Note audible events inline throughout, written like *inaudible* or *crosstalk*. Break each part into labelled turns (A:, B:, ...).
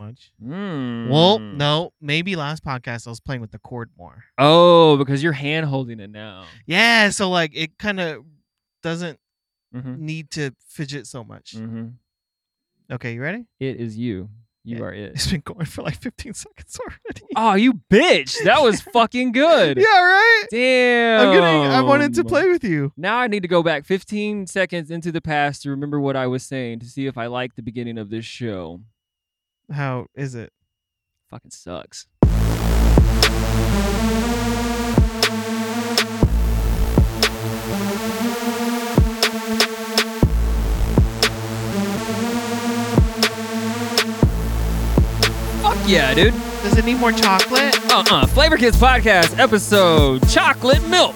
A: change.
B: Mm.
A: Well, no, maybe last podcast I was playing with the cord more.
B: Oh, because you're hand holding it now.
A: Yeah, so like it kind of doesn't
B: Mm-hmm.
A: need to fidget so much.
B: Mm-hmm.
A: Okay, you ready? *laughs*
B: It is you. You
A: Yeah.
B: are it.
A: *laughs* It's been going for like 15 seconds already.
B: Oh, you bitch!
A: *laughs*
B: That was fucking *laughs* good.
A: Yeah, right?
B: Damn.
A: I'm getting I wanted to play with you.
B: Now I need to go back 15 seconds into the past to remember what I was saying to see if I like the beginning of this show.
A: How is it?
B: Fucking sucks. Fuck yeah, dude.
A: Does it need more chocolate?
B: Uh-uh. Flavor Kids Podcast episode Chocolate Milk.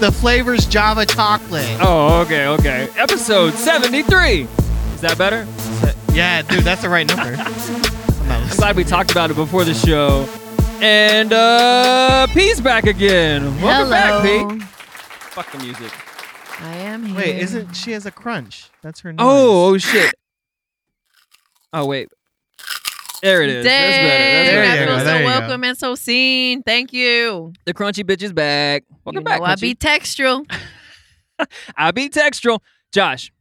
A: The flavors Java chocolate.
B: Oh, okay, okay. Episode 73. Is that better?
A: Yeah, dude, that's the right
B: *laughs*
A: number. I'm not
B: I'm
A: listening.
B: glad we talked about it before the show. And uh P's back again. Welcome
C: Hello.
B: back, P. Fuck the music.
C: I am here.
A: Wait, isn't she has a crunch? That's her name.
B: Oh, oh shit. Oh wait. There it is. That's better. That's
A: There
C: Dang,
A: you
B: better.
C: I
A: go,
C: feel
A: there
C: so
A: you go.
C: welcome and so seen. Thank you.
B: The crunchy bitch is back. Welcome
C: you
B: back.
C: Know I
B: crunchy.
C: be textual.
B: I be textural. Josh.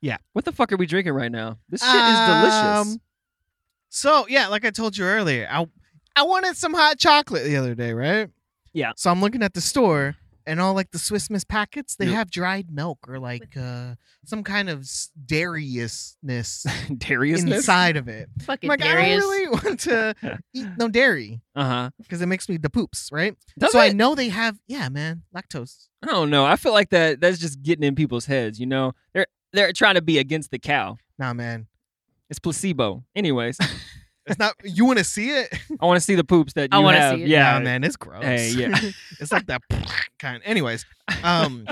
A: Yeah.
B: What the fuck are we drinking right now? This shit is delicious.
A: Um, So yeah, like I told you earlier, I I wanted some hot chocolate the other day, right?
B: Yeah.
A: So I'm looking at the store and all like the Swiss Miss packets, they
B: Yep.
A: have dried milk or like uh some kind of s- dairyisness
B: *laughs* Dariusness.
A: inside of it. I'm
C: Fucking
A: like I
C: Darius.
A: don't really want to eat no dairy
B: Uh-huh.
A: because it makes me the poops, right?
B: Does
A: so
B: it?
A: I know they have yeah, man, lactose.
B: I don't know. I feel like that that's just getting in people's heads, you know? They're they're trying to be against the cow.
A: Nah, man.
B: It's placebo.
A: *laughs*
B: Anyways,
A: It's not you want to see it?
B: I want to see the poops that
C: I
B: you
C: wanna
B: have.
C: see
B: *laughs*
C: it.
B: Yeah,
A: Nah, man, it's gross.
B: Hey,
A: *laughs*
B: yeah.
A: it's like that kind. Anyways, um,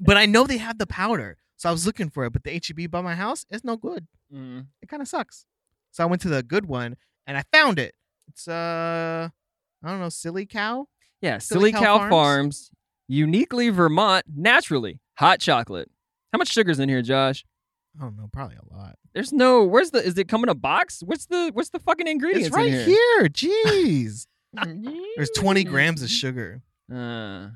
A: but I know they have the powder, so I was looking for it. But the HEB by my house is no good.
B: Mm.
A: It kind of sucks. So I went to the good one and I found it. It's uh, I don't know, silly cow.
B: Yeah, Silly,
A: Silly
B: Cow,
A: Cow
B: Farms.
A: Farms.
B: uniquely Vermont, naturally hot chocolate. How much sugar's in here, Josh?
A: I don't know, probably a lot.
B: There's no. Where's the? Is it coming in a box? What's the? What's the fucking ingredients
A: It's right
B: in
A: here.
B: *laughs*
A: Jeez, there's 20
C: Mm.
A: grams
C: *laughs*
A: of sugar.
B: Uh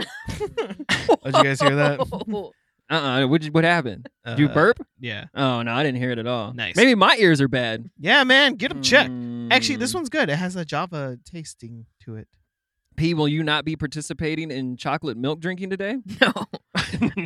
A: Did you guys hear that?
B: uh. uh What? What happened? Did you
A: Uh,
B: burp?
A: Yeah,
B: Oh no, I didn't hear it at all.
A: nice.
B: Maybe my ears are bad.
A: yeah, man, get them checked. Actually, this
B: Mm.
A: one's good. It has a Java tasting to
B: *laughs*
A: it.
B: P, will you not be participating in chocolate milk drinking
A: *laughs*
B: today?
C: *laughs* no,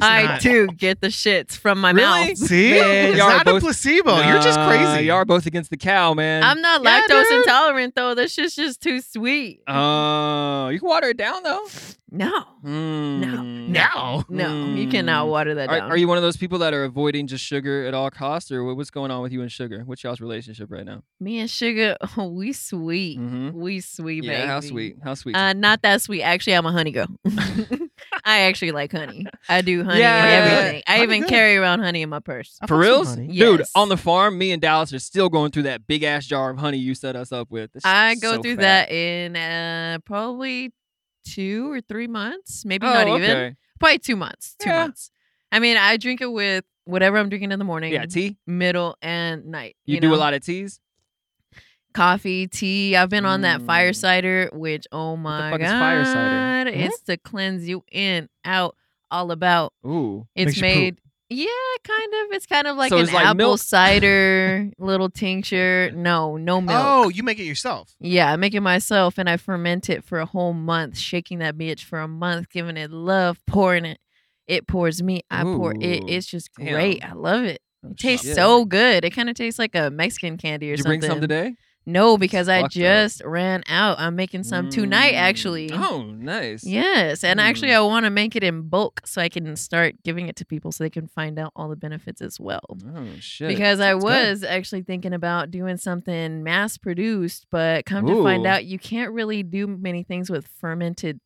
C: I
A: not.
C: do get the shits from my
B: Really?
C: mouth.
A: See,
B: Man,
A: it's
B: y'all are
A: not
B: both-
A: a placebo. You're just
B: Nah,
A: crazy.
B: Y'all are both against the cow, man.
C: I'm not
A: Yeah,
C: lactose
A: dude.
C: intolerant though. This shit's just too sweet.
B: Oh, you can water it down though.
C: no,
B: Mm.
A: now.
C: no, you cannot
B: Mm.
C: water that
B: Are,
C: down.
B: are you one of those people that are avoiding just sugar at all costs, or what- what's going on with you and sugar? What's y'all's relationship right now?
C: Me and sugar, *laughs* we sweet,
A: Mm-hmm.
B: Mhm.
C: we sweet,
B: Yeah, how
C: baby.
B: sweet, how sweet.
C: Uh, not that sweet. Actually, I'm a
B: *laughs*
C: honey girl. *laughs* I actually like honey. I do honey
B: Yeah. Oh,
C: and everything. I
A: Honey
C: even
A: good.
C: carry around honey in my purse.
A: I
B: For
A: fuck with
B: reals,
A: honey.
B: dude.
C: Yes.
B: On the farm, me and Dallas are still going through that big ass jar of honey you set us up with. It's
C: I go
B: so
C: through
B: fat.
C: that in uh, probably two or three months, maybe
B: oh,
C: not even.
B: okay.
C: Probably two months. Two
B: Yeah.
C: months. I mean, I drink it with whatever I'm drinking in the morning,
B: Yeah, tea.
C: middle, and night.
B: You,
C: You,
B: do
C: know?
B: a lot of teas.
C: coffee, tea. I've been on that
B: Mm.
C: fire cider, which oh my
B: fuck is
C: god,
B: fire cider? Hmm?
C: it's to cleanse you in, out, all about.
B: Ooh, oh,
A: Makes
C: It's
A: you poop.
C: made. Yeah, kind of. It's kind of like
B: So
C: an
B: it's like
C: apple
B: milk?
C: cider little tincture. No, no milk.
A: Oh, you make it yourself.
C: Yeah, I make it myself and I ferment it for a whole month, shaking that bitch for a month, giving it love, pouring it. It pours me, I pour it.
B: Ooh,
C: It's just
B: damn.
C: great. I love it.
B: Oh,
C: It tastes
B: shit.
C: so good. It kind of tastes like a Mexican candy or
B: Did you
C: something.
B: bring some today?
C: No, because I
B: Fucked up.
C: just ran out. I'm making some tonight,
B: Mm.
C: actually.
B: Oh, nice.
C: Yes, and actually,
B: Mm.
C: I want to make it in bulk so I can start giving it to people so they can find out all the benefits as well.
B: Oh shit.
C: Because I
B: Sounds good.
C: was actually thinking about doing something mass produced, but come to
B: Ooh.
C: find out, you can't really do many things with fermented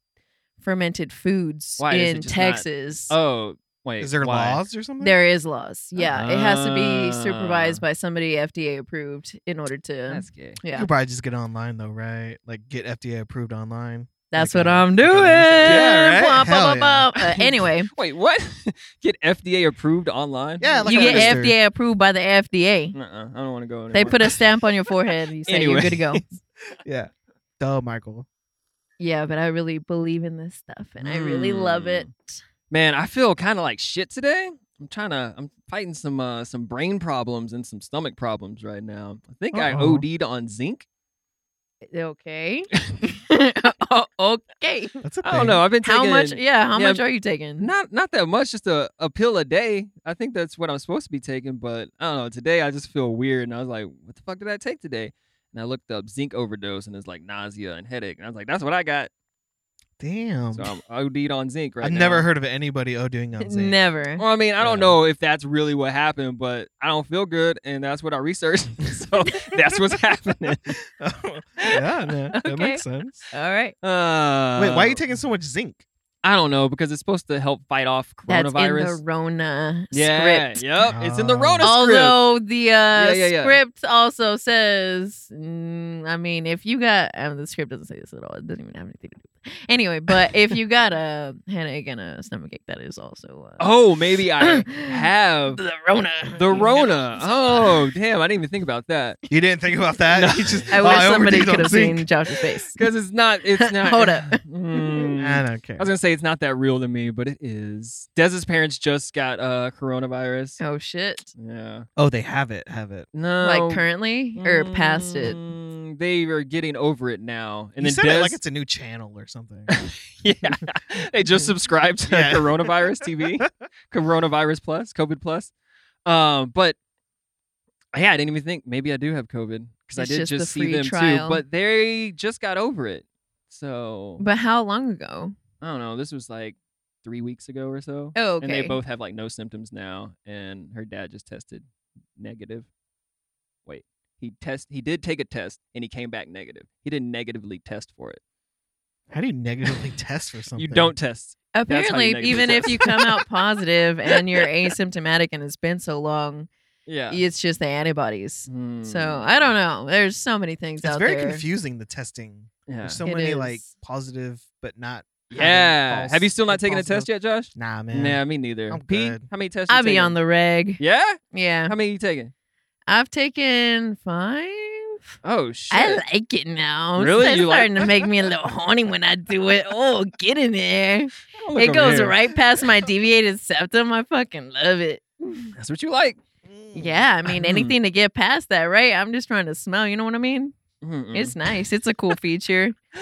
C: fermented foods
B: Why is it
C: in
B: just not-
C: Texas.
B: Oh wait.
A: Is there
B: why?
A: laws or something?
C: there is laws. Yeah, it has to be
B: Ah.
C: supervised by somebody FDA approved in order to.
B: That's gay.
A: You
B: *laughs*
C: yeah,
A: could probably just get online though, right? Like get FDA approved online.
C: That's
A: Okay.
C: what I'm
A: That's
C: doing.
A: what you said. Yeah, right?
C: Bump,
A: Hell
C: bump,
A: yeah.
C: bump.
B: *laughs*
C: Uh, anyway,
B: Wait, what? Get FDA approved online?
A: Yeah, like
C: you
A: a
C: get
A: register.
C: FDA approved by the FDA.
B: Nuh-uh, I don't want to go.
C: They
B: anymore.
C: put a stamp on your forehead. and You say you're good to go.
A: Yeah. Duh, Michael.
C: Yeah, but I really believe in this stuff, and I really love it.
B: *laughs* Man, I feel kind of like shit today. I'm trying to. I'm fighting some uh some brain problems and some stomach problems right now. I think I
A: Uh-oh.
B: OD'd on zinc.
C: *laughs* Okay. O- Oh, okay.
A: That's a thing.
B: I don't know. I've been taking
C: How much? e Yeah. How
B: yeah,
C: much are you taking?
B: Not not that much, just a, a pill a day. I think that's what I'm supposed to be taking, but I don't know. Today I just feel weird and I was like, what the fuck did I take today? And I looked up zinc overdose and it's like nausea and headache. And I was like, that's what I got.
A: Damn.
B: So I'm OD'd on zinc right
A: Um. I've
B: now.
A: never heard of anybody ODing
C: *laughs*
A: on zinc.
C: Never.
B: Well, I mean, I don't
A: Yeah.
B: know if that's really what happened, but I don't feel good and that's what I researched. *laughs* so that's
A: *laughs*
B: what's happening. *laughs*
A: yeah, no,
C: Okay.
A: that makes sense.
C: All right.
B: Uh,
A: Wait, why are you taking so much zinc?
B: I don't know because it's supposed to help fight off
C: That's
B: coronavirus.
C: in the Rona
B: yeah,
C: script.
B: yep, it's in the
A: Oh.
B: Rona script.
C: Although the uh,
B: Yeah, yeah, yeah.
C: script also says, mm, I mean, if you got, um, the script doesn't say this at all. It doesn't even have anything to do with it. Anyway, but if you got
B: *laughs*
C: a headache and a stomachache, that is also. Uh,
B: Oh, maybe I
C: *coughs*
B: have
C: The Rona.
B: The Rona.
C: So-
B: Oh, damn. I didn't even think about that.
A: You didn't think about that?
B: No. *laughs*
A: You just,
C: I
A: oh,
C: wish somebody
A: overdosed
C: could
A: on
C: have
A: zinc.
C: seen Josh's face.
B: Because it's not. It's not.
C: Hold up.
B: *laughs* Mm.
A: I don't care.
B: I was going to say it's not that real to me, but it is. Dez's parents just got uh, coronavirus.
C: *laughs* Oh shit! Oh.
B: Yeah.
A: oh, they have it. Have it.
B: No.
C: Like currently or past it?
B: Mm, They are getting over it now. And
A: you
B: then
A: said
B: Dez.
A: it like it's *laughs* a new channel or
B: *laughs*
A: something.
B: yeah. *laughs* They just subscribed to
A: Yeah.
B: coronavirus
A: *laughs*
B: TV, coronavirus plus, COVID plus. Um, but yeah, I didn't even think maybe I do have COVID because I
C: It's
B: did
C: just
B: just,
C: the
B: see
C: free
B: them
C: trial.
B: too. But they just got over it. So
C: But how long ago?
B: I don't know. This was like three weeks ago or so.
C: Oh,
B: And
C: okay.
B: they both have like no symptoms now. And her dad just tested negative. Wait, he test he did take a test and he came back negative. He didn't negatively test for it.
A: How do you negatively test for something?
B: You don't test. how you
C: Apparently,
B: negative
C: even if
B: test.
C: you come
B: *laughs*
C: out positive and you're asymptomatic and it's been so long,
B: Yeah.
C: it's just the antibodies. So
B: Hmm.
C: I don't know. There's so many things
A: It's
C: out
A: very
C: there.
A: confusing the testing.
B: yeah.
A: There's so
C: It
A: many like
C: is.
A: positive but not. having
B: Yeah.
A: false-
B: Have you still not taken a
A: false
B: test yet, Josh?
A: notes. Nah, man.
B: Nah, me neither.
A: I'm
B: Pete,
A: good.
B: how many tests? you
C: I'll be
B: taking?
C: on the reg.
B: Yeah.
C: Yeah,
B: How many you taking?
C: I've taken five.
B: Oh shit.
C: I like it now.
B: Really?
C: It's
B: You like-
C: starting to
B: *laughs*
C: make me a little horny when I do it. Oh, get in there.
B: I'll look
C: It
B: over
C: goes
B: here.
C: right past my deviated septum. I fucking love it.
B: That's what you like.
A: Mm.
C: Yeah, I mean anything to get past that, right? I'm just trying to smell. You know what I mean?
B: Mm-mm.
C: It's nice. It's a
B: *laughs*
C: cool feature.
B: *gasps*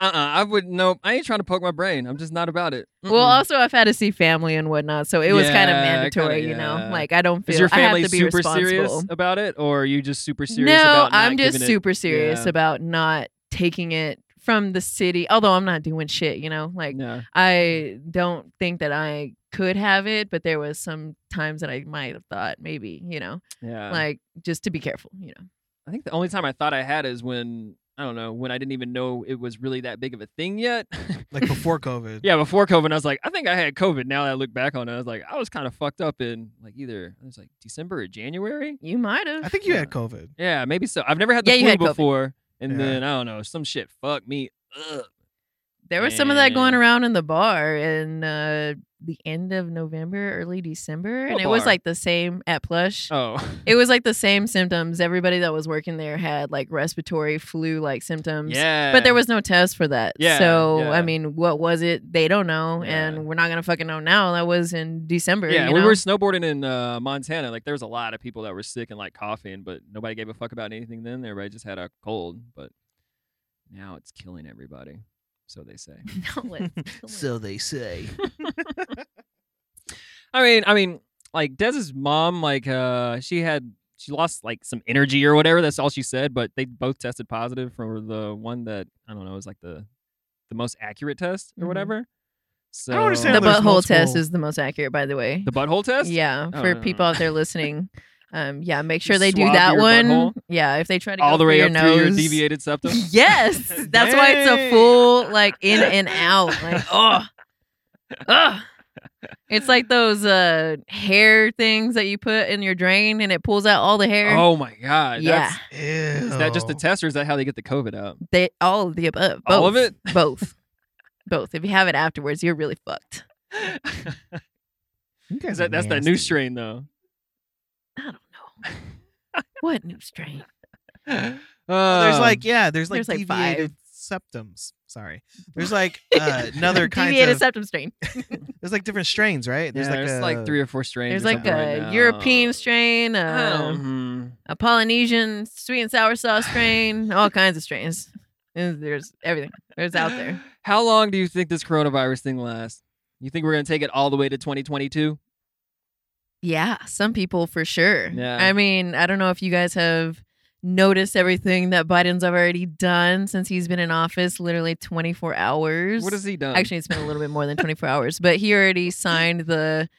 B: uh-uh. I would no. I ain't trying to poke my brain. I'm just not about it.
C: well,
B: Mm-mm.
C: also I've had to see family and whatnot, so it was kind of
B: Yeah,
C: mandatory.
B: kinda,
C: you know,
B: yeah.
C: like I don't feel
B: is your
C: I
B: family
C: have to be
B: super
C: responsible.
B: serious about it, or are you just super serious?
C: no,
B: about not
C: I'm just
B: giving it-
C: super serious
B: yeah.
C: about not taking it from the city. Although I'm not doing shit. You know, like
B: Yeah.
C: I don't think that I could have it, but there was some times that I might have thought maybe. You know,
B: Yeah.
C: like just to be careful. You know.
B: I think the only time I thought I had is when I don't know when I didn't even know it was really that big of a thing yet.
A: *laughs* Like before COVID.
B: *laughs* Yeah, before COVID, I was like, I think I had COVID. Now that I look back on it, I was like, I was kind of fucked up in like either it was like December or January.
C: You might have.
A: I think you
B: Yeah.
A: had COVID.
B: Yeah, maybe so. I've never had the
C: Yeah, you
B: flu
C: had COVID.
B: before, and
A: Yeah.
B: then I don't know, some shit fucked me up.
C: There was some of that going
B: Yeah.
C: around in the bar in uh, the end of November, early December, and
B: What
C: it was
B: bar?
C: like the same at Plush.
B: Oh,
C: It was like the same symptoms. Everybody that was working there had like respiratory flu like symptoms.
B: *laughs* yeah.
C: But there was no test for that.
B: Yeah,
C: so, I
B: yeah.
C: mean, what was it? They don't know.
B: Yeah.
C: And we're not going to fucking know now. That was in December.
B: yeah,
C: you
B: we
C: know?
B: were snowboarding in uh, Montana. Like, there was a lot of people that were sick and like coughing, but nobody gave a fuck about anything then. Everybody just had a cold, but now it's killing everybody. So they
C: *laughs*
B: say.
C: *laughs* No,
B: *laughs*
A: *laughs*
C: let's-
A: they say.
B: I mean, I mean, like Dez's mom, like uh, she had she lost like some energy or whatever. That's all she said. But they both tested positive for the one that I don't know is like the the most accurate test or
C: Mhm.
B: whatever. So
A: understand
C: the
A: There's
C: butthole test
A: multiple-
C: is the most accurate, by the way.
B: the butthole test.
C: Yeah,
B: Oh,
C: for
B: no, no,
C: people
B: no. *laughs*
C: out there listening, um, yeah, make
B: You
C: sure they do
B: swab
C: that
B: your
C: one.
B: butthole?
C: Yeah, if they try to go
B: all the
C: through
B: way
C: your
B: up
C: nose,
B: through your
C: *laughs*
B: deviated septum.
C: Yes, that's why it's a
A: Dang.
C: full like in
B: *laughs*
C: and out. Like oh, oh. It's like those uh hair things that you put in your drain and it pulls out all the hair.
B: Oh my god!
C: yeah,
A: Ew. *laughs*
B: that's- is that just a test or is that how they get the COVID out?
C: they all of the above. Both.
B: All of it?
C: Both. Both. If you have it afterwards, you're really fucked.
A: You guys
B: Is that,
A: are
B: that's that new
A: nasty.
B: strain, though.
C: I don't know.
B: *laughs*
C: what new strain?
A: Well, there's
B: Um,
A: like yeah, there's like
C: There's, like, five.
A: deviated septums.
C: *laughs*
A: Sorry, there's like uh, another kind
C: Deviated
A: of
C: septum strain.
A: there's like different strains, right?
B: yeah,
A: There's like uh, a,
B: three or four strains.
C: There's
B: or
C: like
B: something right
C: a
B: now.
C: European uh, strain, um,
B: I
C: a,
B: don't- hmm.
C: a Polynesian sweet and sour sauce strain, all kinds of strains. And There's everything. There's out there.
B: *gasps* How long do you think this coronavirus thing lasts? You think we're gonna take it all the way to 2022?
C: *gasps* Yeah, some people for sure.
B: Yeah.
C: I mean, I don't know if you guys have noticed everything that Biden's already done since he's been in office, literally 24 hours.
B: What has he done?
C: Actually, it's been a little bit more than 24 hours, but
B: *laughs*
C: he already signed the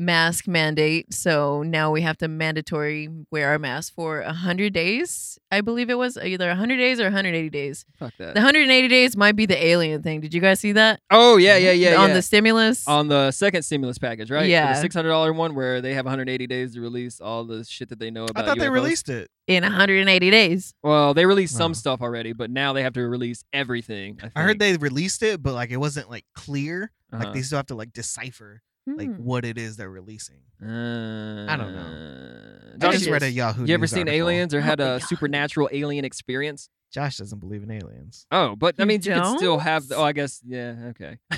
C: mask mandate. So now we have to mandatory wear our mask for 100 days. I believe it was either 100 days or 180 days.
B: fuck that.
C: The 180 days might be the alien thing. Did you guys see that?
B: oh yeah,
C: *laughs*
B: yeah, yeah.
C: On
B: yeah. Uh,
C: the stimulus?
B: on the second stimulus package, right? For
C: Yeah.
B: the six hundred dollar one where they have one hundred eighty days to release all the shit that they know
A: I
B: about.
A: thought they
B: UFOs.
A: released it.
C: in 180 days.
B: Well, they released
A: Wow.
B: some stuff already, but now they have to release everything. I,
A: I heard
B: think.
A: they released it, but like it wasn't like clear.
B: Uh-huh.
A: Like they still have to like decipher like
C: Hmm.
A: what it is they're releasing.
B: Uh,
A: I don't know.
B: know.
A: I
B: Josh,
A: just
B: you,
A: read a Yahoo.
B: you ever
A: News
B: seen
A: article.
B: aliens or had
C: Oh,
B: a
C: yeah.
B: supernatural alien experience?
A: Josh doesn't believe in aliens.
B: Oh, but I
C: You
B: mean, you could still have. The,
C: don't?
B: oh, I guess yeah. Okay, *laughs*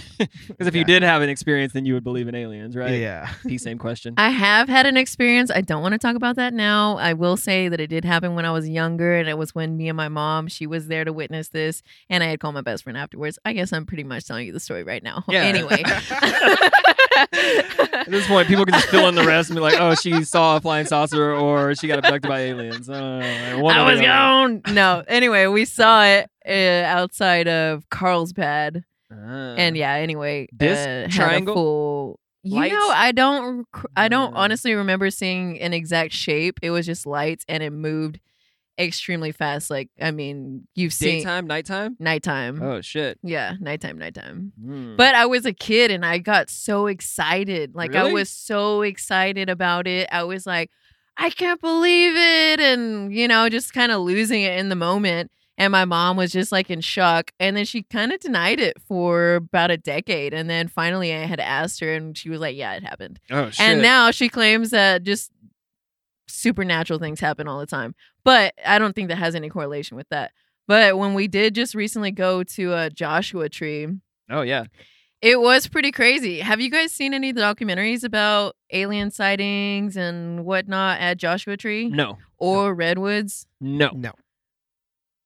B: because if
A: Yeah.
B: you did have an experience, then you would believe in aliens, right?
A: Yeah.
B: P, same question.
C: I have had an experience. I don't want to talk about that now. I will say that it did happen when I was younger, and it was when me and my mom, she was there to witness this, and I had called my best friend afterwards. I guess I'm pretty much telling you the story right now.
B: Yeah. *laughs*
C: Anyway. *laughs*
B: At this point, people can just fill in the rest and be like, "Oh, she saw a flying saucer, or she got abducted by aliens." Oh, I don't know. One
C: I
B: or the
C: was
B: other.
C: gone. No. Anyway, we saw it uh, outside of Carlsbad.
B: Ah.
C: and yeah anyway
B: Disc,
C: uh, had a
B: triangle,
C: full- you
B: lights?
C: know i don't rec- i don't
B: Mm.
C: honestly remember seeing an exact shape it was just lights and it moved extremely fast like i mean you've seen
B: daytime, nighttime.
C: nighttime
B: Oh shit!
C: yeah nighttime nighttime
B: Hmm.
C: but I was a kid and I got so excited. Like I
B: Really?
C: was so excited about it. I was like, I can't believe it. And, you know, just kind of losing it in the moment. And my mom was just like in shock. And then she kind of denied it for about a decade. And then finally I had asked her and she was like, Yeah, it happened.
B: oh shit!
C: And now she claims that just supernatural things happen all the time. But I don't think that has any correlation with that. But when we did just recently go to a Joshua tree,
B: oh yeah.
C: it was pretty crazy. Have you guys seen any of the documentaries about alien sightings and whatnot at Joshua Tree
B: No,
C: or Redwoods?
B: no.
A: No.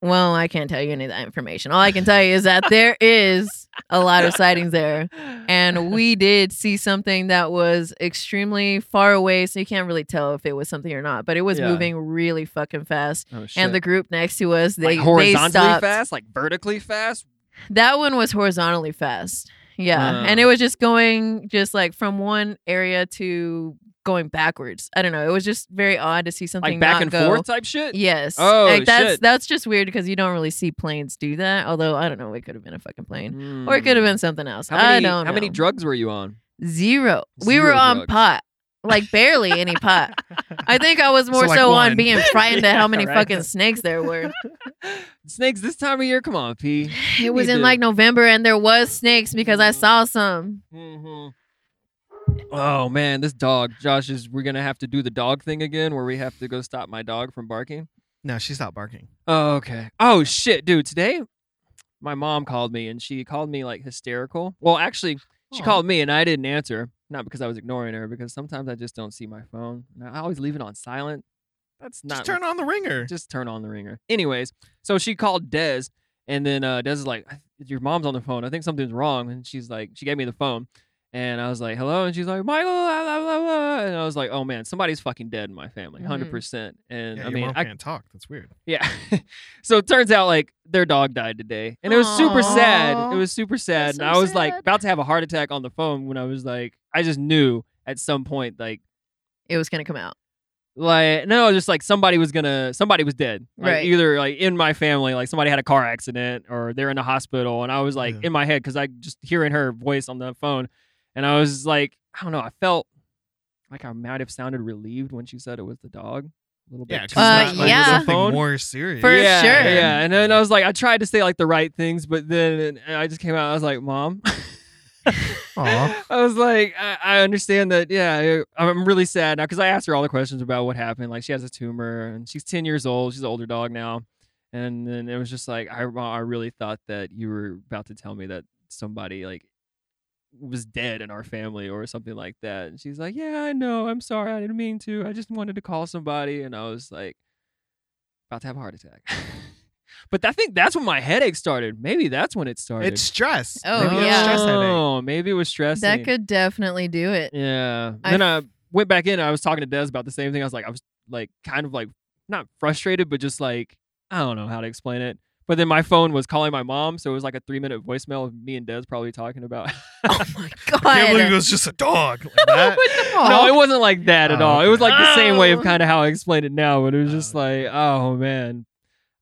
C: Well, I can't tell you any of that information. All I can tell you is that
B: *laughs*
C: there is a lot of sightings there. And we did see something that was extremely far away, so you can't really tell if it was something or not, but it was
B: Yeah.
C: moving really fucking fast.
B: oh, shit.
C: And the group next to us, they,
B: like
C: they
B: horizontally
C: stopped.
B: fast, like vertically fast.
C: That one was horizontally fast. Yeah.
B: Oh.
C: And it was just going just like from one area to going backwards. I don't know. It was just very odd to see something
B: Like back
C: not
B: and
C: go.
B: forth type shit.
C: Yes.
B: Oh,
C: like that's
B: shit.
C: that's just weird because you don't really see planes do that. Although I don't know, it could have been a fucking plane.
B: Hmm.
C: Or it could have been something else.
B: How many,
C: I don't
B: How
C: know.
B: many drugs were you
C: *sighs*
B: on?
C: Zero. We were
B: Zero
C: on
B: drugs.
C: pot. Like barely any pot.
B: *laughs*
C: I think I was more
A: So, like,
C: so on
A: one.
C: being frightened at
B: Yeah,
C: how
B: *laughs*
C: many
B: right.
C: fucking snakes
B: *laughs*
C: there were.
B: Snakes this time of year? Come on, P.
C: *sighs* It was
B: You
C: in
B: did.
C: like November and there was snakes because I saw some.
B: hmm Oh man, this dog, Josh, is we're gonna have to do the dog thing again, where we have to go stop my dog from barking.
A: *laughs* No, she stopped barking.
B: Oh, okay. Oh shit, dude. Today, my mom called me and she called me like hysterical. Well, actually, she
A: Aw.
B: called me and I didn't answer. Not because I was ignoring her, because sometimes I just don't see my phone. And I always leave it on silent. That's not *laughs*
A: Just turn on the ringer.
B: just turn on the ringer. Anyways, so she called Dez, and then uh, Dez is like, "I- "Your mom's on the phone. I think something's wrong." And she's like, she gave me the phone, and I was like, "Hello," and she's like, "Michael," blah, blah, blah, blah." and I was like, "Oh man, somebody's fucking dead in my family,
C: Mhm.
B: 100 percent."
A: Mm-hmm.
B: And
A: Yeah,
B: I
A: your
B: mean,
A: mom
B: I,
A: can't talk. That's weird.
B: yeah. *laughs* so it turns out like their dog died today, and it was super sad. It
A: Aw.
B: was super sad,
C: That's
B: and
C: so
B: I was like
C: sad.
B: about to have a heart attack on the phone when I was like, I just knew at some point like
C: It was gonna come out.
B: like no just like somebody was gonna somebody was dead like,
C: Right.
B: either like in my family like somebody had a car accident or they're in the hospital and i was like
A: Yeah.
B: in my head because i just hearing her voice on the phone and i was like i don't know i felt like i might have sounded relieved when she said it was the dog a little
A: Yeah, 'cause
B: bit too
C: Uh,
A: it's
B: much
A: not like
C: yeah.
A: something
B: microphone.
A: more serious.
C: For
B: yeah,
C: sure.
B: Yeah, and then I was like, I tried to say like the right things, but then I just came out. I was like, Mom,
A: Aw.
B: *laughs* I was like, I, I understand that. Yeah, I, I'm really sad now because I asked her all the questions about what happened. Like, she has a tumor and she's 10 years old. She's an older dog now. And then it was just like, I, I really thought that you were about to tell me that somebody like was dead in our family or something like that. And she's like, Yeah, I know. I'm sorry. I didn't mean to. I just wanted to call somebody. And I was like, about to have a heart attack. *laughs* but I think that's when my headache started. Maybe that's when it started.
A: It's stress.
C: Oh,
A: Maybe it's
C: yeah.
A: stress
C: *laughs*
A: headache.
B: Oh, maybe it was stress.
C: That could definitely do it.
B: Yeah.
C: I
B: then I
C: f-
B: went back in. I was talking to Des about the same thing. I was like, I was like, kind of like, not frustrated, but just like, I don't know how to explain it. But then my phone was calling my mom, so it was like a three minute voicemail of me and Des probably talking about. *laughs*
C: Oh *laughs* my
A: I can't believe it
C: god.
A: was just a dog like that.
B: no, it wasn't like that at
A: Oh,
B: all. It was
A: okay.
B: like the same way of
C: Oh.
B: kind of how I explained it now, but it was
A: Oh,
B: just like, oh man,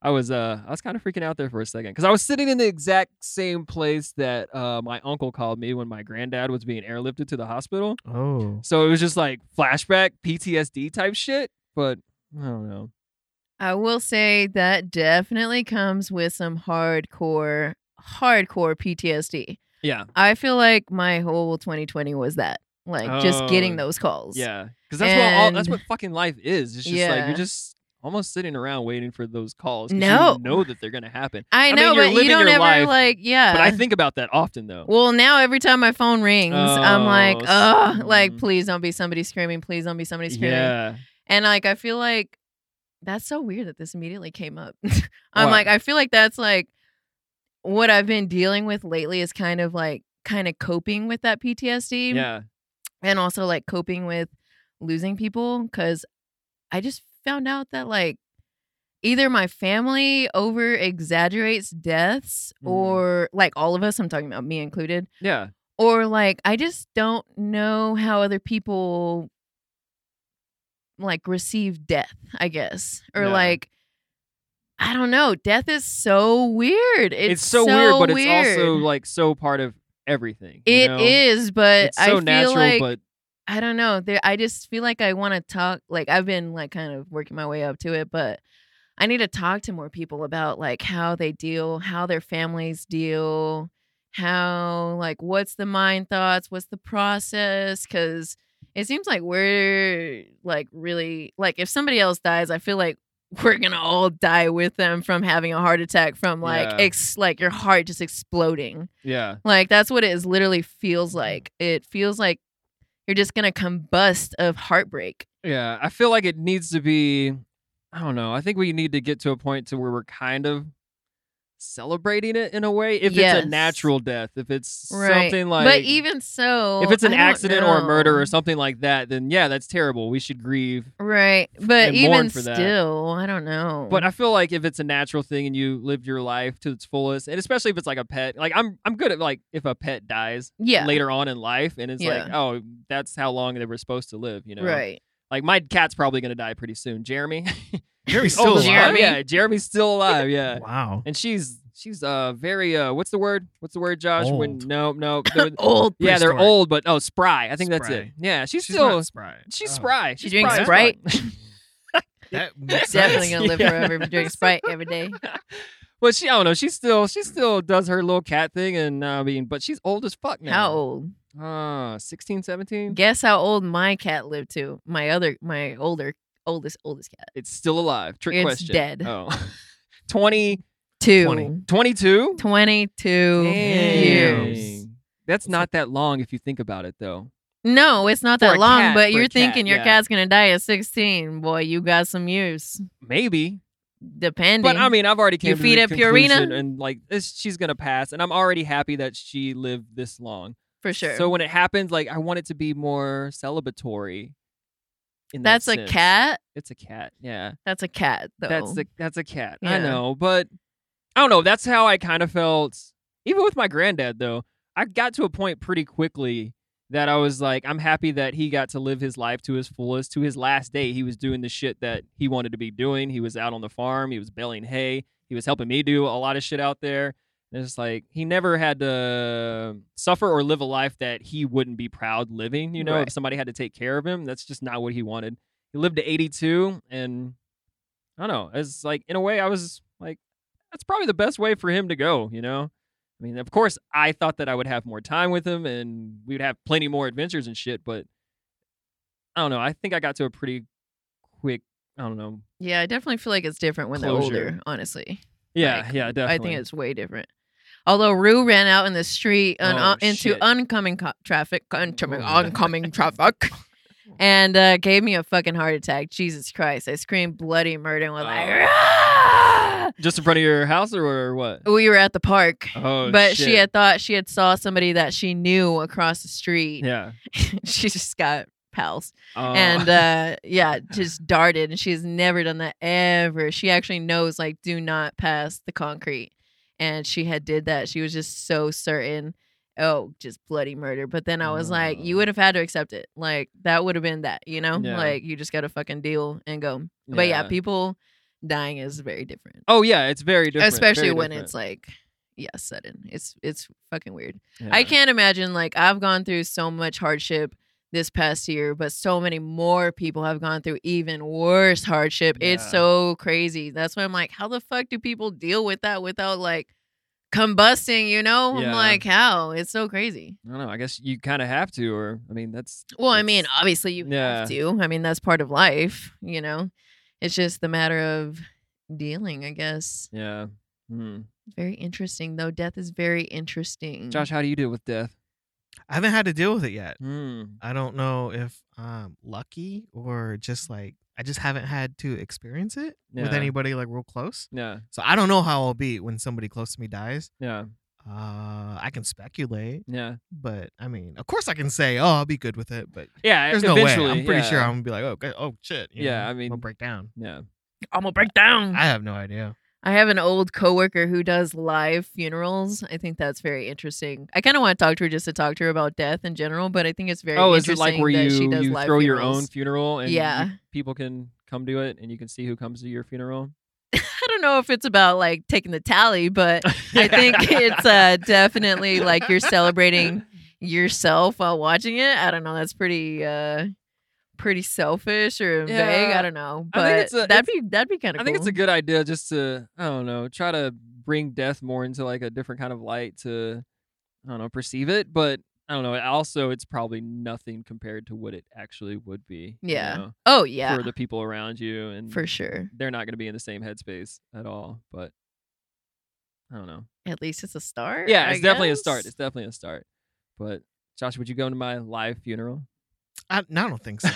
B: I was uh, I was kind of freaking out there for a second because I was sitting in the exact same place that uh, my uncle called me when my granddad was being airlifted to the hospital.
A: Oh.
B: So it was just like flashback PTSD type shit, but I don't know.
C: I will say that definitely comes with some hardcore, hardcore PTSD.
B: Yeah,
C: I feel like my whole 2020 was that, like just
B: Oh,
C: getting those calls.
B: yeah, because that's what all, that's
C: And-
B: what fucking life is. It's just like
C: Yeah.
B: you're just almost sitting around waiting for those calls. 'cause
C: No.
B: you know that they're gonna happen.
C: I
B: mean,
C: know,
B: you're
C: but you
B: living
C: don't
B: your
C: ever
B: life,
C: like, yeah.
B: But I *laughs* think about that often though.
C: Well, now every time my phone rings, I'm like,
B: Oh,
C: oh, like
B: mm.
C: please don't be somebody screaming, please don't be somebody screaming.
B: yeah,
C: And like I feel like that's so weird that this immediately came up. *laughs* I'm
B: What?
C: like I feel like that's like what I've been dealing with lately is kind of like kind of coping with that PTSD
B: yeah.
C: and also like coping with losing people cuz I just found out that like either my family over exaggerates deaths
B: Mm.
C: or like all of us I'm talking about me included
B: Yeah.
C: or like I just don't know how other people like receive death, I guess. Or
B: Yeah.
C: like I don't know, death is so weird. It's,
B: It's, so, weird, but it's also
C: weird.
B: like so part of everything. you
C: It
B: know?
C: is, but
B: It's so
C: I feel
B: natural,
C: like
B: but
C: I don't know. There I just feel like I want to talk like I've been like kind of working my way up to it, but I need to talk to more people about like how they deal, how their families deal, how like what's the mind thoughts, what's the process cuz it seems like we're like really like if somebody else dies, I feel like *laughs* we're going to all die with them from having a heart attack from like
B: Yeah.
C: ex like your heart just exploding.
B: yeah,
C: Like that's what it is literally feels like. It feels like you're just gonna combust of heartbreak.
B: yeah. I feel like it needs to be. I don't know. I think we need to get to a point to where we're kind of celebrating it in a way. If it's
C: Yes.
B: a natural death, if it's
C: Right.
B: something like,
C: but even so
B: if it's an
C: I don't
B: accident or a murder
C: know.
B: or something like that, then yeah, that's terrible. We should grieve
C: Right. But
B: and mourn
C: even
B: for that.
C: still, I don't know.
B: But I feel like if it's a natural thing and you live your life to its fullest, and especially if it's like a pet, like I'm I'm good at like if a pet dies
C: yeah.
B: later on in life, and it's like
C: Yeah.
B: oh that's how long they were supposed to live, you know?
C: Right.
B: Like my cat's probably gonna die pretty soon. Jeremy,
A: Jerry's
B: Oh,
A: still alive.
C: Jeremy?
B: yeah, Jeremy's still
A: *laughs*
B: alive, yeah.
A: Wow.
B: And she's she's uh very uh what's the word? What's the word, Josh? When
A: Old.
B: no no they're- *laughs*
C: Old
B: yeah they're
A: Prehistoric.
B: old, but oh spry. I think that's it.
A: Spry.
B: Yeah, she's,
A: She's
B: still
A: not spry.
B: she's
A: Oh,
B: *laughs* spry. She's
C: drinks
B: spry.
A: *laughs* That makes
C: definitely
A: sense.
C: gonna live
B: Yeah.
C: forever if you drink Sprite every
B: *laughs*
C: day.
B: well, she I don't know. She still she still does her little cat thing, and I mean, but she's old as fuck now.
C: How old?
B: Uh, 16, 17.
C: Guess how old my cat lived to? My other my older oldest oldest cat.
B: It's still alive. Trick
C: It's
B: question.
C: dead.
B: Oh. *laughs* 20,
C: Two.
A: 20.
B: 22?
C: 22
A: Damn.
C: years.
B: That's not that long if you think about it, though.
C: No, it's not
B: For
C: that
B: a
C: long,
B: cat,
C: but
B: for a
C: you're
B: cat,
C: thinking your
B: yeah.
C: cat's gonna die at 16. Boy, you got some years,
B: Maybe,
C: depending.
B: but I mean, I've already came
C: You
B: to
C: feed
B: the
C: a Purina?
B: conclusion, and like this, she's gonna pass, and I'm already happy that she lived this long.
C: for sure.
B: So when it happens, like I want it to be more celebratory. In that
C: that's a
B: sense.
C: cat.
B: It's a cat. Yeah.
C: That's a cat, though.
B: That's the that's a cat. I
C: Yeah.
B: know, but I don't know. That's how I kind of felt. Even with my granddad, though, I got to a point pretty quickly that I was like, I'm happy that he got to live his life to his fullest. To his last day, he was doing the shit that he wanted to be doing. He was out on the farm. He was baling hay. He was helping me do a lot of shit out there. And it's like he never had to suffer or live a life that he wouldn't be proud living. You know,
C: Right.
B: if somebody had to take care of him, that's just not what he wanted. he lived to 82 and i don't know it's like in a way i was like that's probably the best way for him to go you know i mean of course i thought that i would have more time with him and we would have plenty more adventures and shit but i don't know i think i got to a pretty quick i don't know
C: Yeah, I definitely feel like it's different when they're
B: Closure.
C: older, honestly.
B: yeah
C: Like,
B: yeah definitely
C: I think it's way different. Although Rue ran out in the street and
B: Oh,
C: into
B: shit.
C: oncoming co- traffic, oncoming,
B: Oh. *laughs*
C: oncoming traffic, and uh, gave me a fucking heart attack. Jesus Christ! I screamed bloody murder and was like,
B: Oh.
C: "Ah!"
B: just in front of your house or, or what
C: we were at the park,
B: oh
C: Oh, but she
B: shit.
C: had thought she had saw somebody that she knew across the street.
B: yeah
C: *laughs* she just got pals.
B: Oh. *laughs*
C: and uh yeah just darted and she's never done that ever she actually knows like do not pass the concrete and she had did that she was just so certain oh just bloody murder but then i was like
B: Oh.
C: you would have had to accept it like that would have been that you know
B: Yeah.
C: like you just gotta fucking deal and go but yeah
B: Yeah.
C: people dying is very different,
B: oh yeah it's very different
C: especially
B: very
C: when
B: different.
C: it's like yeah sudden it's it's fucking weird
B: Yeah.
C: I can't imagine like I've gone through so much hardship this past year, but so many more people have gone through even worse hardship. It's
B: Yeah.
C: so crazy. That's why I'm like, how the fuck do people deal with that without like combusting, you know? I'm
B: Yeah.
C: like, how? It's so crazy.
B: I don't know. I guess you kind of have to, or I mean, that's
C: Well, I mean,
B: It's-
C: obviously you
B: yeah.
C: have to. I mean, that's part of life, you know. It's just the matter of dealing, I guess.
B: yeah. Hmm.
C: Mm. Very interesting though. Death is very interesting.
B: Josh, how do you deal with death?
A: I haven't had to deal with it yet.
B: Hmm.
A: I don't know if I'm lucky or just like I just haven't had to experience it with
B: Yeah.
A: anybody like real close.
B: Yeah,
A: So I don't know how I'll be when somebody close to me dies.
B: yeah,
A: Uh, I can speculate,
B: yeah,
A: but I mean, of course, I can say, "Oh, I'll be good with it," but
B: yeah.
A: there's no way.
B: E eventually,
A: I'm pretty
B: yeah.
A: sure I'm gonna be like, "Oh, go- oh, shit." you
B: Yeah, I
A: I'm
B: mean-
A: gonna break
B: *laughs*
A: down.
B: Yeah,
C: I'm gonna break down.
A: I have no idea.
C: I have an old coworker who does live funerals. I think that's very interesting. I kind of want to talk to her just to talk to her about death in general, but I think it's very
B: oh, is
C: interesting
B: it like where
C: that
B: you,
C: she does
B: you
C: live
B: throw your
C: funerals.
B: own funeral and you-
C: Yeah.
B: people can come to it and you can see who comes to your funeral?
C: I don't know if it's about like taking the
B: *laughs*
C: tally, but I think it's uh, definitely like you're celebrating yourself while watching it. I don't know. That's pretty. Uh, Pretty selfish or vague,
B: Yeah.
C: I don't know,
B: I think
C: but
B: it's a-
C: that'd be that'd be kind of.
B: I think it's a good idea just to I don't know try to bring death more into like a different kind of light to I don't know perceive it, but I don't know. Also, it's probably nothing compared to what it actually would be. you
C: Yeah.
B: know,
C: oh yeah,
B: for the people around you and
C: for sure.
B: they're not going to be in the same headspace at all. But I don't know.
C: At least it's a start.
B: Yeah,
C: I
B: it's definitely a
C: guess.
B: start. It's definitely a start. But Josh, would you go to my live funeral?
A: *laughs* I, no, I don't think so.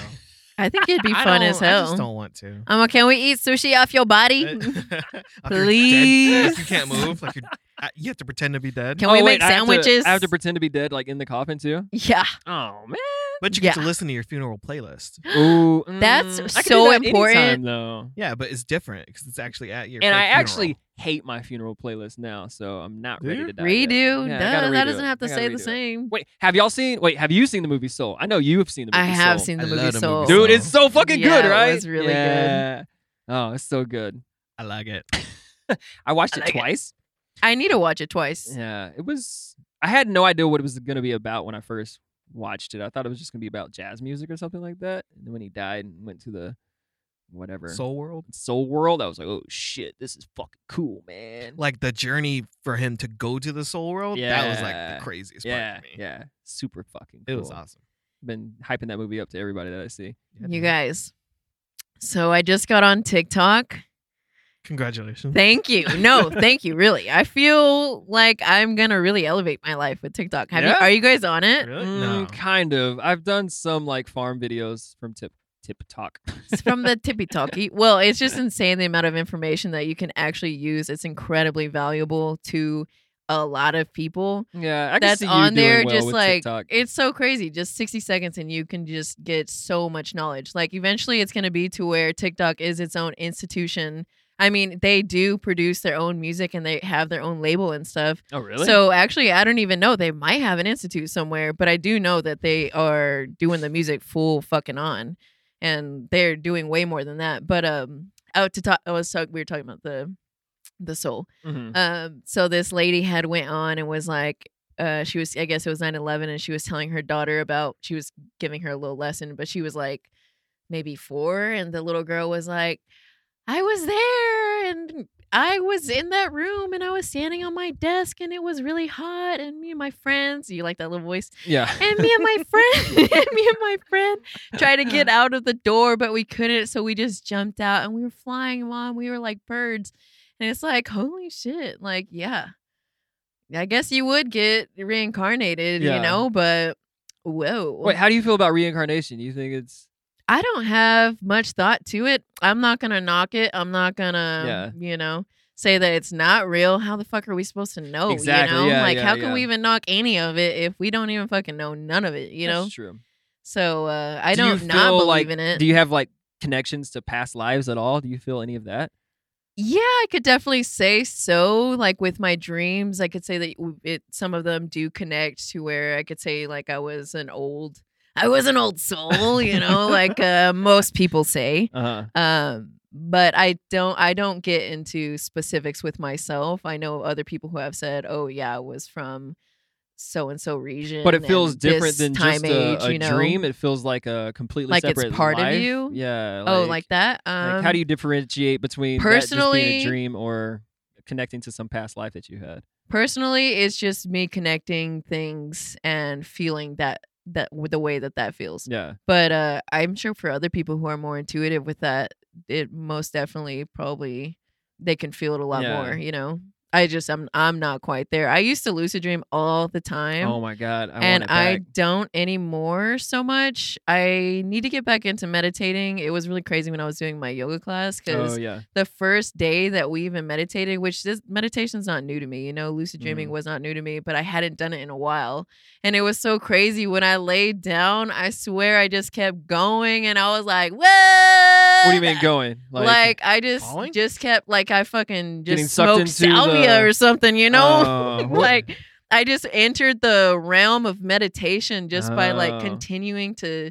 C: I
B: *laughs*
C: think *laughs* it'd be
A: I
C: fun
A: don't-
C: as hell.
A: I just don't want to.
C: Um, can we eat sushi off your body?
A: *laughs* After you're dead,
C: Please.
A: you can't move.
C: *laughs*
A: Like you're, uh, you have to pretend to be dead,
C: Can we
B: Oh, wait,
C: make
B: I have to-
C: sandwiches?
B: I have, to, pretend to be dead, like in the coffin too.
C: *laughs* yeah,
B: Oh man,
A: but you get to listen to your funeral playlist.
B: Ooh,
C: That's
B: mm, I could do
C: so
B: that anytime,
C: important.
B: though.
A: Yeah, but it's different because it's actually at your.
B: and I
A: fake funeral.
B: actually hate my funeral playlist now, so I'm not
A: Do
B: ready
A: you?
B: to die yet.
C: redo.
B: Yeah, I
C: Duh,
B: gotta
C: that
B: redo
C: doesn't
B: it.
C: have to
B: I gotta
C: say
B: redo
C: the
B: it.
C: same.
B: Wait, have y'all seen? Wait, have you seen the movie Soul? I know you have seen the movie.
C: I have
B: Soul.
C: seen
A: I
C: the
A: love
C: movie
A: the
C: Soul.
A: movie
B: Dude,
A: Soul.
B: it's so fucking
C: Yeah,
B: good,
C: it
B: right?
C: was really good.
B: yeah. Oh, it's so good.
A: I like it.
B: I watched
C: I
B: it
C: like it.
B: twice.
C: I need to watch it twice.
B: Yeah, it was. I had no idea what it was going to be about when I first watched it. I thought it was just going to be about jazz music or something like that. And then when he died and went to the whatever
A: Soul World,
B: Soul world, I was like, oh shit, this is fucking cool, man.
A: like the journey for him to go to the Soul World. That was like
B: Yeah.
A: the craziest
B: yeah,
A: part for me.
B: yeah, super fucking.
A: It was
B: cool.
A: awesome.
B: Been hyping that movie up to everybody that I see.
C: You guys. So I just got on TikTok.
A: congratulations.
C: Thank you.
B: *laughs*
C: No, thank you. Really, I feel like I'm gonna really elevate my life with TikTok. Have you?
B: Yeah?
C: Are you guys on it?
A: Really?
B: Mm, Kind of. I've done some like farm videos from Tip Tip
C: *laughs*
B: Talk.
C: It's
B: *laughs*
C: from the tippy talkie. Well, it's just insane the amount of information that you can actually use. It's incredibly valuable to a lot of people.
B: yeah, I can
C: that's
B: see you
C: on
B: doing
C: there
B: well
C: just
B: with
C: like
B: TikTok.
C: it's so crazy just 60 seconds and you can just get so much knowledge like eventually it's going to be to where tiktok is its own institution i mean they do produce their own music and they have their own label and stuff
B: oh really?
C: so actually i don't even know they might have an institute somewhere but i do know that they are doing the music full fucking on and they're doing way more than that but um out to talk i was talking we were talking about the the soul
B: Mhm.
C: um, so this lady had went on and was like, uh, she was, I guess it was 9-11 and she was telling her daughter about, she was giving her a little lesson, but she was like, maybe four, and the little girl was like, I was there and I was in that room and I was standing on my desk and it was really hot and me and my friends, you like that little voice?
B: Yeah.
C: And me
B: *laughs*
C: and my friend, *laughs* and me and my friend tried to get out of the door, but we couldn't. So we just jumped out and we were flying, mom. We were like birds. And it's like, holy shit. Like, yeah. I guess you would get reincarnated,
B: Yeah.
C: you know, but whoa.
B: Wait, how do you feel about reincarnation? You think it's
C: I don't have much thought to it. I'm not gonna knock it. I'm not gonna, you know, say that it's not real. How the fuck are we supposed to know?
B: Exactly,
C: You know,
B: yeah,
C: like
B: yeah,
C: how can
B: yeah.
C: we even knock any of it if we don't even fucking know none of it? You
B: that's
C: know.
B: true?
C: So uh, I
B: Do you
C: don't not
B: feel
C: believe
B: like-
C: in it.
B: Do you have like connections to past lives at all? Do you feel any of that?
C: yeah, I could definitely say so. Like with my dreams, I could say that it some of them do connect to where I could say like I was an old. I was an old soul, you know,
B: *laughs*
C: like uh, most people say.
B: Uh huh.
C: um but i don't i don't get into specifics with myself i know other people who have said oh yeah i was from so and so region
B: But it feels
C: and
B: different
C: this
B: than
C: time
B: just
C: age
B: a, a
C: you know
B: dream. It feels like a completely
C: Like it's
B: separate
C: part of
B: life.
C: you?
B: Yeah.
C: oh like that um
B: like, how do you differentiate between that just being
C: personally-
B: a dream or connecting to some past life that you had?
C: personally it's just me connecting things and feeling that that with the way that that feels
B: Yeah.
C: but uh i'm sure for other people who are more intuitive with that it most definitely probably they can feel it a lot
B: Yeah.
C: more you know i just i'm i'm not quite there i used to lucid dream all the time
B: oh my god. I want
C: and
B: it
C: I
B: back.
C: don't anymore so much. I need to get back into meditating. It was really crazy when I was doing my yoga class because
B: Oh yeah.
C: the first day that we even meditated, which this meditation's not new to me, you know, lucid dreaming
B: Mm.
C: was not new to me, but I hadn't done it in a while. And it was so crazy when I laid down, I swear I just kept going and I was like, "Whoa!"
B: What do you mean going?
C: Like, I just
A: falling?
C: just kept like I fucking
B: Getting
C: just
B: sucked
C: smoked
B: into
C: salvia
B: the-
C: or something, you know? *laughs*
B: Oh, what-
C: like I just entered the realm of meditation just by
B: Oh.
C: like continuing to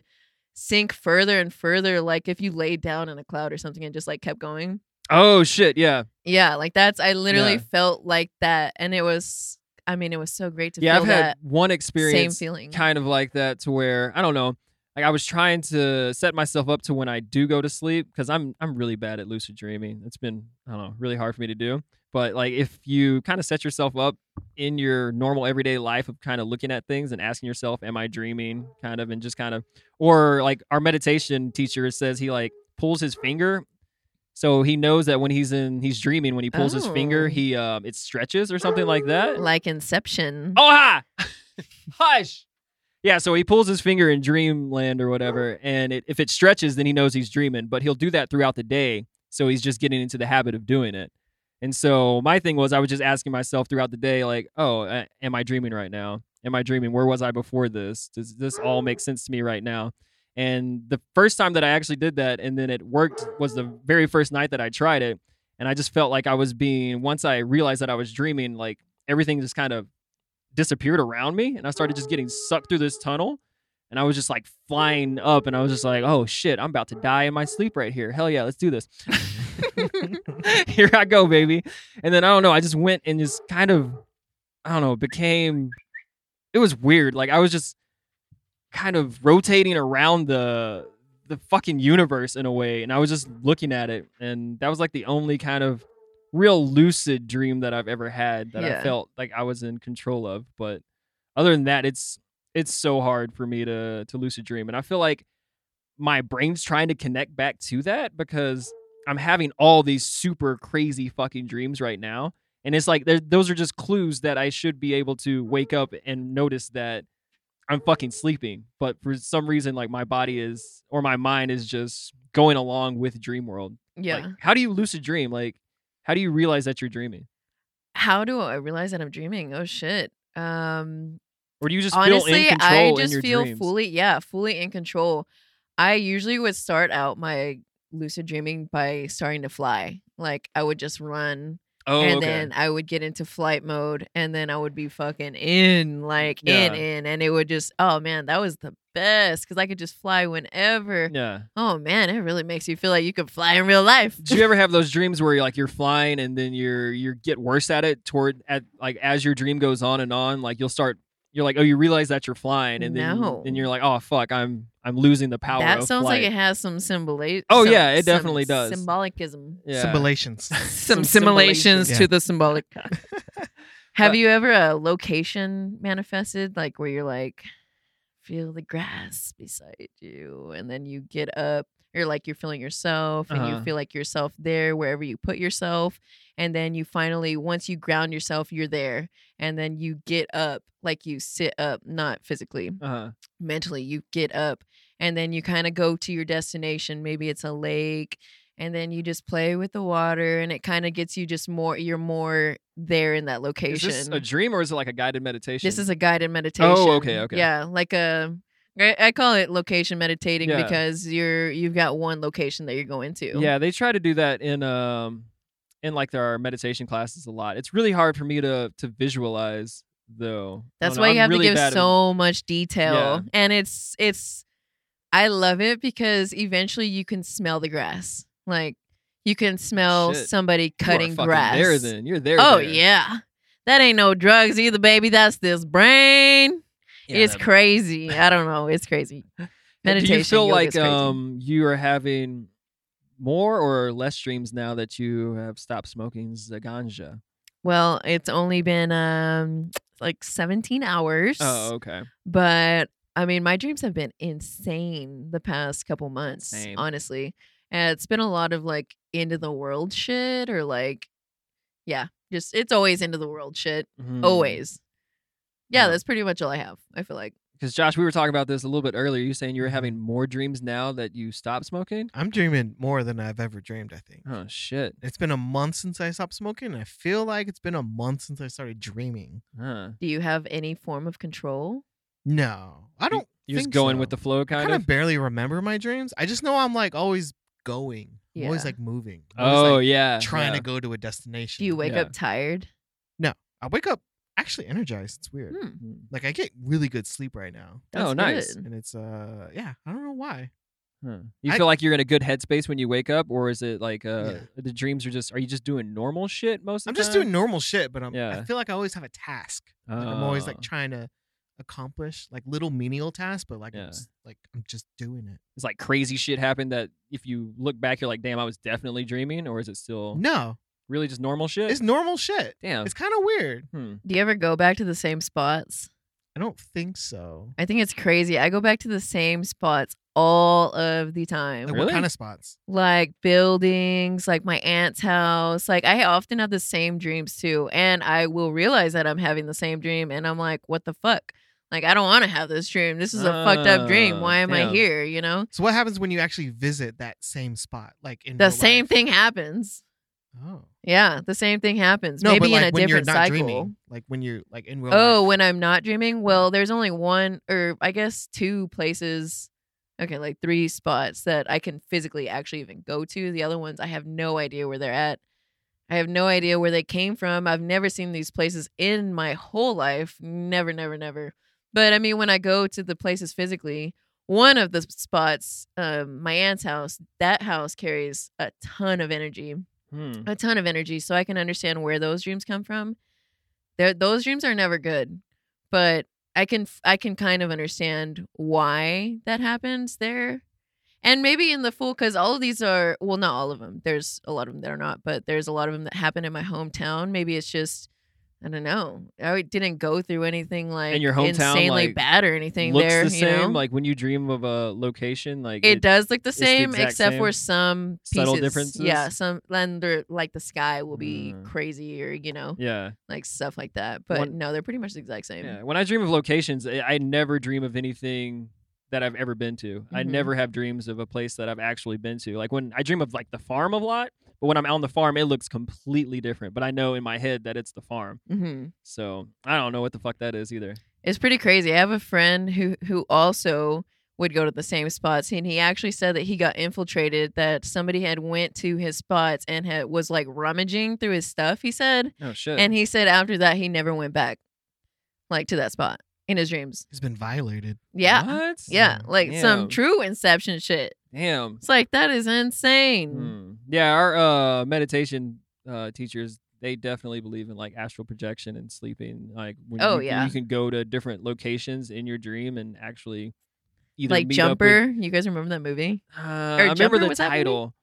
C: sink further and further. Like if you laid down in a cloud or something and just like kept going.
B: Oh shit. Yeah.
C: Yeah, like that's I literally
B: Yeah.
C: felt like that. And it was I mean, it was so great to
B: Yeah.
C: feel
B: I've had
C: that
B: one
C: same
B: experience
C: feeling.
B: kind of like that to where I don't know. Like I was trying to set myself up to when I do go to sleep because I'm I'm really bad at lucid dreaming. It's been I don't know really hard for me to do. But like if you kind of set yourself up in your normal everyday life of kind of looking at things and asking yourself, "Am I dreaming?" kind of and just kind of or like our meditation teacher says he like pulls his finger. So he knows that when he's in, he's dreaming. When he pulls his finger,
C: Oh.
B: he um, it stretches or something like that.
C: like Inception.
B: Oh, hi. *laughs* Hush. Yeah, so he pulls his finger in dreamland or whatever, and it, if it stretches, then he knows he's dreaming, but he'll do that throughout the day. So he's just getting into the habit of doing it. And so my thing was, I was just asking myself throughout the day, like, oh, uh, am I dreaming right now? Am I dreaming? Where was I before this? Does this all make sense to me right now? And the first time that I actually did that, and then it worked, was the very first night that I tried it. And I just felt like I was being, once I realized that I was dreaming, like everything just kind of disappeared around me and I started just getting sucked through this tunnel and I was just like flying up and I was just like, oh shit, I'm about to die in my sleep right here. Hell yeah, let's do this. *laughs* here I go, baby. And then I don't know, I just went and just kind of, I don't know, became, it was weird. Like I was just kind of rotating around the, the fucking universe in a way and I was just looking at it and that was like the only kind of real lucid dream that I've ever had that I
C: Yeah.
B: felt like I was in control of but other than that it's it's so hard for me to to lucid dream and I feel like my brain's trying to connect back to that because I'm having all these super crazy fucking dreams right now and it's like there- those are just clues that I should be able to wake up and notice that I'm fucking sleeping, but for some reason, like my body is or my mind is just going along with dream world.
C: yeah.
B: Like, how do you lucid dream? Like, how do you realize that you're dreaming,
C: How do I realize that I'm dreaming? Oh shit. Um
B: or do you just feel
C: honestly
B: in control
C: i
B: in
C: just
B: your
C: feel
B: dreams?
C: fully yeah fully in control i usually would start out my lucid dreaming by starting to fly like i would just run
B: oh,
C: and
B: okay.
C: then i would get into flight mode and then i would be fucking in like in
B: Yeah.
C: in and it would just oh man that was the best because i could just fly whenever
B: yeah.
C: oh man it really makes you feel like you could fly in real life
B: Do you ever have those dreams where you're like you're flying and then you're you are get worse at it toward at like as your dream goes on and on, like you'll start you're like, oh, you realize that you're flying, and then
C: No.
B: then you're like, oh fuck, I'm I'm losing the power.
C: that
B: of
C: sounds
B: flight.
C: like it has some symbolism.
B: Oh, yeah, it definitely does.
C: Symbolicism.
A: *laughs*
B: yeah. *laughs*
A: Simulations.
C: *laughs* Some,
B: Some
C: simulations
A: simulation.
C: to the symbolic. *laughs* Have
B: But-
C: you ever a location manifested, like where you're like, feel the grass beside you, and then you get up, or like you're feeling yourself, and
B: Uh-huh.
C: you feel like yourself there wherever you put yourself, and then you finally, once you ground yourself, you're there, and then you get up, like you sit up, not physically,
B: Uh-huh.
C: mentally you get up and then you kind of go to your destination maybe it's a lake and then you just play with the water and it kind of gets you just more you're more there in that
B: Is
C: location
B: this a dream or is it like a guided meditation?
C: This is a guided meditation
B: okay, okay.
C: yeah like a I I call it location meditating
B: Yeah.
C: because you're you've got one location that you're going to.
B: Yeah, they try to do that in um in like their meditation classes a lot. It's really hard for me to to visualize though. I
C: That's
B: don't know,
C: why you
B: I'm
C: have
B: really
C: to
B: bad
C: give
B: at-
C: so much detail.
B: Yeah.
C: And it's it's I love it because eventually you can smell the grass. Like you can smell
B: Shit.
C: somebody
B: You are
C: cutting
B: fucking
C: grass.
B: There then you're there.
C: oh
B: there.
C: yeah. That ain't no drugs either, baby. That's this brain.
B: Yeah,
C: it's
B: that- *laughs*
C: crazy. I don't know. It's crazy.
B: And *laughs* Do
C: Meditation.
B: you feel
C: yoga's
B: like
C: crazy.
B: um you are having more or less dreams now that you have stopped smoking the ganja?
C: Well, it's only been um like 17 hours.
B: Oh, okay.
C: but I mean, my dreams have been insane the past couple months,
B: Same.
C: honestly. And it's been a lot of like end of the world shit or like, yeah, just it's always end of the world shit.
A: Mm-hmm.
C: Always.
B: Mm.
C: Yeah,
B: Yeah.
C: that's pretty much all I have. I feel like.
B: Because Josh, we were talking about this a little bit earlier. You saying you were having more dreams now that you stopped smoking?
A: I'm dreaming more than I've ever dreamed, I think.
B: Oh shit.
A: It's been a month since I stopped smoking, and I feel like it's been a month since I started dreaming.
B: Huh.
C: Do you have any form of control?
A: No, I don't.
B: You're just
A: think
B: going
A: so.
B: with the flow,
A: I
B: kind
A: kind
B: of.
A: of barely remember my dreams. I just know I'm like always going. I'm always
C: Yeah.
A: like moving. I'm always,
B: Oh
A: like,
B: yeah,
A: trying
B: yeah.
A: to go to a destination.
C: Do you wake
B: Yeah.
C: up tired?
A: I wake up actually energized. It's weird.
C: Hmm,
B: Mm.
A: Like I get really good sleep right now,
C: that's
B: Oh, nice.
C: good.
A: and it's uh yeah, I don't know why.
B: Huh. You
A: I-
B: feel like you're in a good headspace when you wake up, or is it like uh,
A: Yeah.
B: the dreams are just? Are you just doing normal shit most?
A: I'm
B: of the
A: just
B: time?
A: doing normal shit, but I'm I
B: Yeah.
A: feel like I always have a task. Like I'm always like
B: Oh.
A: trying to accomplish like little menial tasks, but like
B: Yeah.
A: I'm just, like I'm just doing it.
B: It's like crazy shit happened that if you look back, you're like, damn, I was definitely dreaming, or is it still
A: No,
B: really just normal shit?
A: it's normal shit.
B: damn.
A: It's kind of weird.
B: hmm.
C: Do you ever go back to the same spots?
A: I don't think so.
C: I think it's crazy. I go back to the same spots all of the time.
A: Like what
B: Eh, Really?
A: kind of spots?
C: like buildings, like my aunt's house. Like I often have the same dreams too, and I will realize that I'm having the same dream, and I'm like, what the fuck? Like I don't want to have this dream. This is a fucked up dream.
B: Oh,
C: Why am I
B: damn.
C: here? You know,
A: So what happens when you actually visit that same spot? Like in
C: the
A: real
C: same
A: life?
C: thing happens.
A: Oh.
C: Yeah, the same thing happens.
A: No,
C: Maybe
A: but like
C: in a
A: when
C: different
A: you're not
C: cycle.
A: dreaming, like when you're like in real
C: Oh,
A: life.
C: when I'm not dreaming? Well, there's only one, or I guess two places. Okay, like three spots that I can physically actually even go to. The other ones, I have no idea where they're at. I have no idea where they came from. I've never seen these places in my whole life. Never, never, never. But I mean, when I go to the places physically, one of the spots, um, my aunt's house, that house carries a ton of energy
B: Hmm.
C: a ton of energy so i can understand where those dreams come from they those dreams are never good but i can f- i can kind of understand why that happens there and maybe in the full because all of these are well not all of them there's a lot of them that are not but there's a lot of them that happen in my hometown maybe it's just i don't know i didn't go through anything like
B: your hometown,
C: insanely
B: like,
C: bad or anything
B: Looks
C: there
B: the
C: you
B: same.
C: know
B: Like when you dream of a location, like
C: it does look the
B: the
C: same
B: exact
C: except for
B: same.
C: some pieces.
B: Subtle
C: Yeah,
B: differences?
C: some and they're- like the sky will be
B: Mm.
C: crazy or you know
B: Yeah,
C: like stuff like that. But
B: One-
C: no, they're pretty much the exact same.
B: yeah. When I dream of locations, I, I never dream of anything that I've ever been to. I
C: Mhm.
B: never have dreams of a place that I've actually been to. Like when I dream of like the farm a lot, but when I'm on the farm, it looks completely different. But I know in my head that it's the farm.
C: hmm
B: So I don't know what the fuck that is either.
C: It's pretty crazy. I have a friend who who also would go to the same spots, and he actually said that he got infiltrated. That somebody had went to his spots and had was like rummaging through his stuff. He said,
B: Oh shit.
C: and he said after that he never went back, like to that spot in his dreams.
A: He's been violated.
C: Yeah.
B: What?
C: Yeah, like some
B: Damn.
C: true inception shit.
B: Damn.
C: It's like that is insane.
B: Hmm. Yeah, our uh, meditation uh, teachers, they definitely believe in like astral projection and sleeping. Like when
C: Oh,
B: you,
C: yeah.
B: you can go to different locations in your dream and actually either
C: like
B: meet up with-
C: Jumper. You guys remember that movie
B: uh, *sighs* I remember
C: Jumper,
B: the
C: was that movie?
B: title,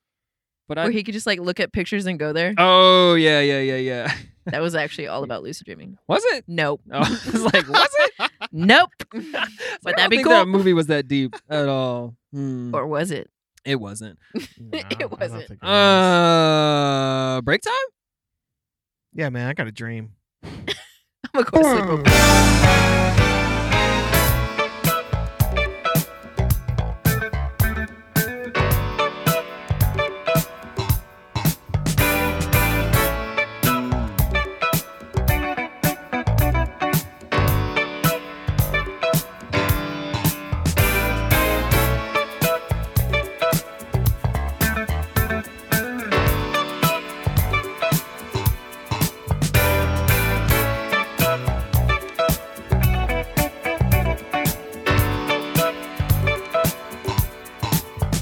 B: but I
C: where he *laughs* could just like look at pictures and go there?
B: oh yeah yeah yeah yeah *laughs*
C: That was actually all about lucid dreaming.
B: was
C: *laughs*
B: it?
C: Nope.
B: Oh, *laughs* I was like, was it? *laughs*
C: Nope.
B: I
C: Would
B: don't
C: that be
B: think
C: cool?
B: That movie was that
C: *laughs*
B: deep at all? Hmm.
C: or was it? *laughs*
B: it wasn't.
A: No,
C: *laughs* It
A: I don't- I don't
C: wasn't.
A: think it was.
B: Uh, break time.
A: yeah, man, I got a dream.
C: I'm gonna go to
B: *laughs*
A: *clears throat*
C: sleep.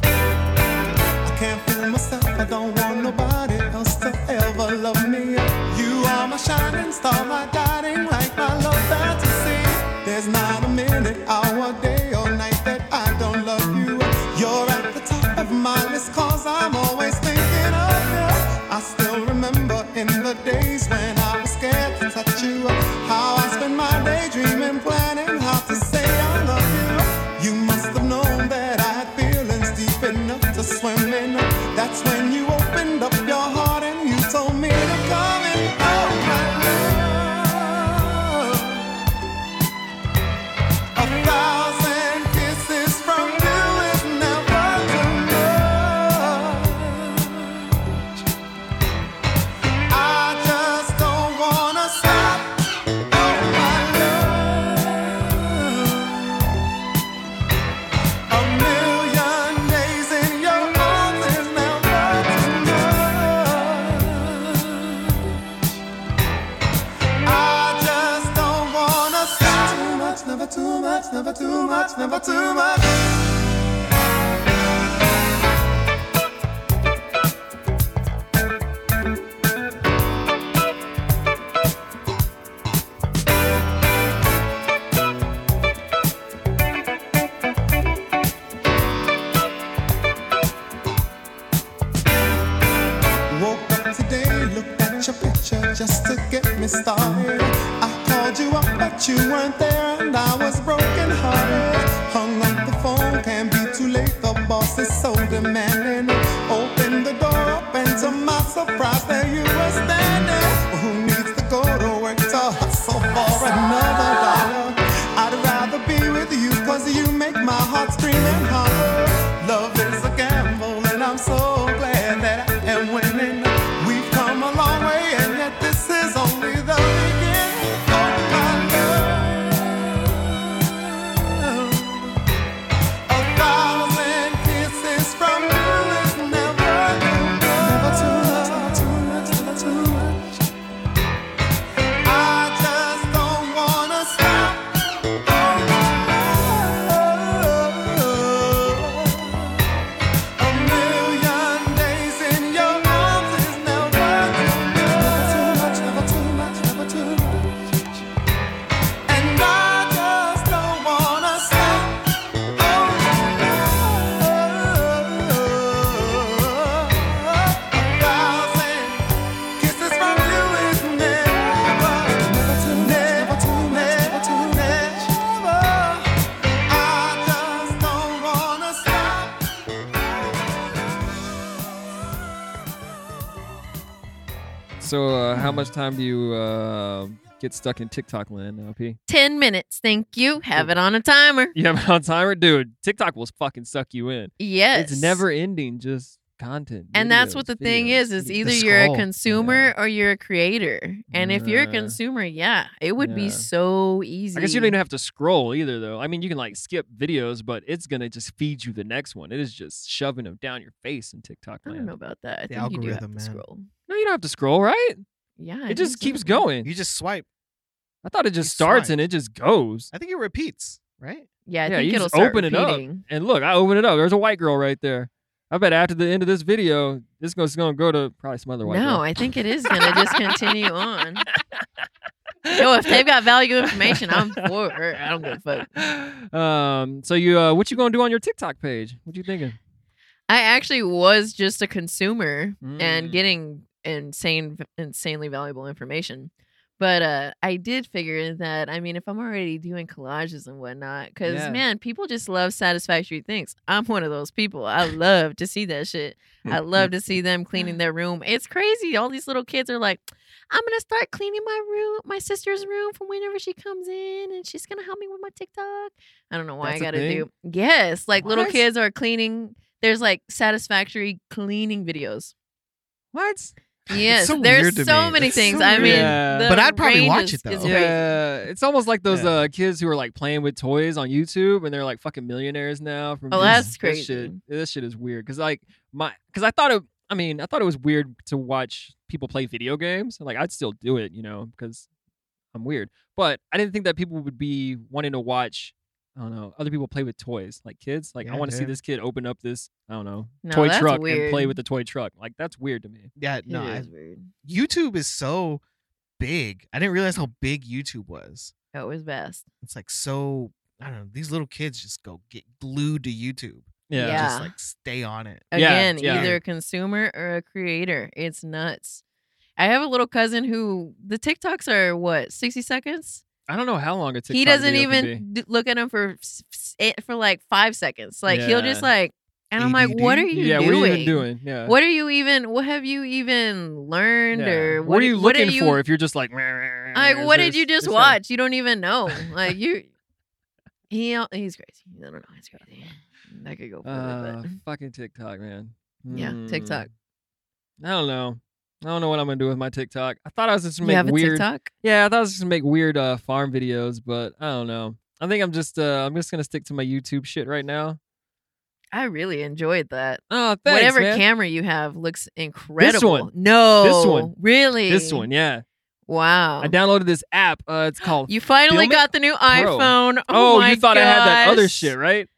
D: I can't fool myself. I don't want nobody else to ever love me. You are my shining star, my guiding light, my love fantasy. There's not a minute, hour, day, or night that I don't love you. You're at the top of my list, cause I'm always thinking of you. I still remember in the days when I was scared to touch you. How I spent my day dreaming, planning how to say I love you. You must have known that I had feelings deep enough to swim in. That's when you opened up your heart and you told me to come in. Oh, my love. A thousand kisses from you is never too much. I just don't wanna stop. Oh, my love. A million days in your arms is never too much. I just don't wanna stop. Too much, never too much, never too much, never too much. Woke up today, looked at your picture just to get me started. I called you up, but you weren't there, and I was broken hearted. Hung up the phone, can't be too late, the boss is so demanding. Opened the door up, and to my surprise, there you were standing. Who needs to go to work to hustle for another dollar? I'd rather be with you, cause you make my heart scream and holler. Love is a gamble, and I'm so glad that I am winning. We've come a long way, and yet this is only the beginning. Oh, my love. A thousand kisses from you is never enough. Never too much. I just don't wanna stop. A million days in your arms is never too much, never too much, never too much. And I just don't wanna stop. A thousand kisses from you is never, never too much, never too much. I just don't wanna stop.
B: So, uh, how much time do you uh, get stuck in TikTok land now, P?
C: Ten minutes, thank you. Have it on a timer.
B: You have it on timer, dude. TikTok will fucking suck you in.
C: Yes.
B: It's never ending, just content.
C: And that's what
B: videos,
C: the thing
B: videos,
C: is, is
B: videos.
C: either
A: The
C: you're a
A: scroll.
C: consumer or you're a creator. And if you're a
B: Yeah.
C: consumer, yeah, it would
B: Yeah.
C: be so easy.
B: I guess you don't even have to scroll either, though. I mean, you can like skip videos, but it's gonna just feed you the next one. It is just shoving them down your face in TikTok
C: I
B: land.
C: don't know about that. I
A: The
C: think you do have to
A: algorithm, man.
C: scroll.
B: No, you don't have to scroll, right?
C: Yeah. I
B: it just
C: think so.
B: keeps going.
A: You just swipe.
B: I thought it just
A: you
B: starts
A: swipe.
B: and it just goes.
A: I think it repeats, right?
C: Yeah, I
B: yeah,
C: think
B: you
C: it'll
B: just
C: start
B: open it up.
C: repeating.
B: And look, I opened it up. There's a white girl right there. I bet after the end of this video, this goes going to go to probably some other white
C: No,
B: girl.
C: I think it is gonna just continue on. Yo, if
B: *laughs*
C: they've got valuable information, I'm for it. I don't give a fuck.
B: Um, so you, uh, what you gonna do on your TikTok page? What you thinking?
C: I actually was just a consumer
B: Mm.
C: and getting insane, insanely valuable information. But uh, I did figure that I mean, if I'm already doing collages and whatnot, because
B: Yeah.
C: man, people just love satisfactory things. I'm one of those people. I love to see that shit. I
A: Mm,
C: love to see them cleaning their room. It's crazy. All these little kids are like, I'm gonna start cleaning my room, my sister's room, from whenever she comes in, and she's gonna help me with my TikTok. I don't know why
B: That's a
C: I gotta
B: thing?
C: do. Yes, like little
B: What?
C: kids are cleaning. There's like satisfactory cleaning videos.
B: What?
C: Yes,
A: so weird
C: there's
A: to
C: so
A: me.
C: many
A: It's
C: things.
A: so
C: I mean,
B: weird. Yeah.
C: the
A: But I'd probably
C: range
A: watch
C: is-
A: it, though.
C: is great.
B: Yeah, it's almost like those
A: Oh. Yeah.
B: uh, kids who are like playing with toys on YouTube, and they're like fucking millionaires now. From
C: Oh,
B: just-
C: that's
B: this
C: crazy.
B: shit, this shit is weird because like my because I thought it. I mean, I thought it was weird to watch people play video games. Like I'd still do it, you know, because I'm weird. But I didn't think that people would be wanting to watch. I don't know. Other people play with toys, like kids. Like I
A: Yeah,
B: want to see
A: dude.
B: this kid open up this, I don't know,
C: No,
B: toy
C: that's
B: truck and
C: weird.
B: play with the toy truck. Like that's weird to me.
A: Yeah,
C: It
A: no. I-
C: is weird.
A: YouTube is so big. I didn't realize how big YouTube was.
C: That was best.
A: It's like so. I don't know. These little kids just go get glued to YouTube.
B: Yeah.
A: They
C: Yeah.
A: Just like stay on it.
B: Yeah,
C: Again,
B: yeah.
C: either a consumer or a creator. It's nuts. I have a little cousin who the TikToks are what sixty seconds.
B: I don't know how long it takes.
C: he doesn't even d- look at him for s- s- it for like five seconds. Like he'll just
B: Yeah.
C: like, and I'm like, what are
A: ADD?
C: you
B: yeah,
C: doing?
B: what are you even doing? Yeah.
C: What are you even? What have you even learned?
B: Yeah.
C: Or
B: what, are you
C: what
B: looking
C: you-
B: for if you're just like, "Meh,
C: Like,
B: is
C: what
B: this-
C: did you just
B: this that?"
C: watch? You don't even know. Like you, *laughs* he he's crazy. I don't know. He's crazy. That could go further,
B: Uh,
C: *laughs* but
B: fucking TikTok, man.
C: Yeah, TikTok.
B: Hmm. I don't know. I don't know what I'm gonna do with my TikTok. I thought I was just gonna make
C: you have a
B: weird.
C: TikTok.
B: Yeah, I thought I was just gonna make weird uh, farm videos, but I don't know. I think I'm just uh, I'm just gonna stick to my YouTube shit right now.
C: I really enjoyed that.
B: Oh, thanks,
C: Whatever
B: man.
C: camera you have looks incredible.
B: one.
C: No,
B: one.
C: Really,
B: this one, yeah.
C: Wow.
B: I downloaded this app. Uh, it's called.
C: Oh. *gasps*
B: *gasps*
C: You finally
B: Filmic
C: got the new iPhone.
B: oh,
C: Oh, my
B: you thought I had that other
C: gosh.
B: shit, right?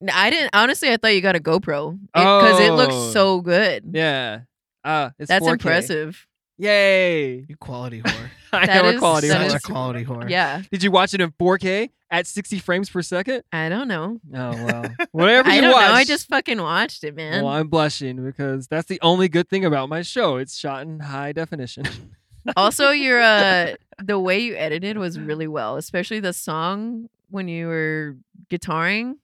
C: N- I didn't. Honestly, I thought you got a GoPro because it
B: Oh.
C: looks so good.
B: Yeah. Uh, it's
C: That's
B: 4K.
C: impressive.
B: Yay! *laughs*
A: You quality whore.
B: I
C: *laughs* That
B: know a
C: is-
B: quality.
C: that
B: whore.
A: Such
C: is-
A: a quality whore.
C: Yeah,
B: Did you watch it in 4K at 60 frames per second?
C: I don't know.
B: Oh well, *laughs* whatever you
C: I don't
B: watch.
C: know. I just fucking watched it, man.
B: well, I'm blushing because that's the only good thing about my show. It's shot in high definition. *laughs*
C: also, your uh, the way you edited was really well, especially the song when you were guitaring.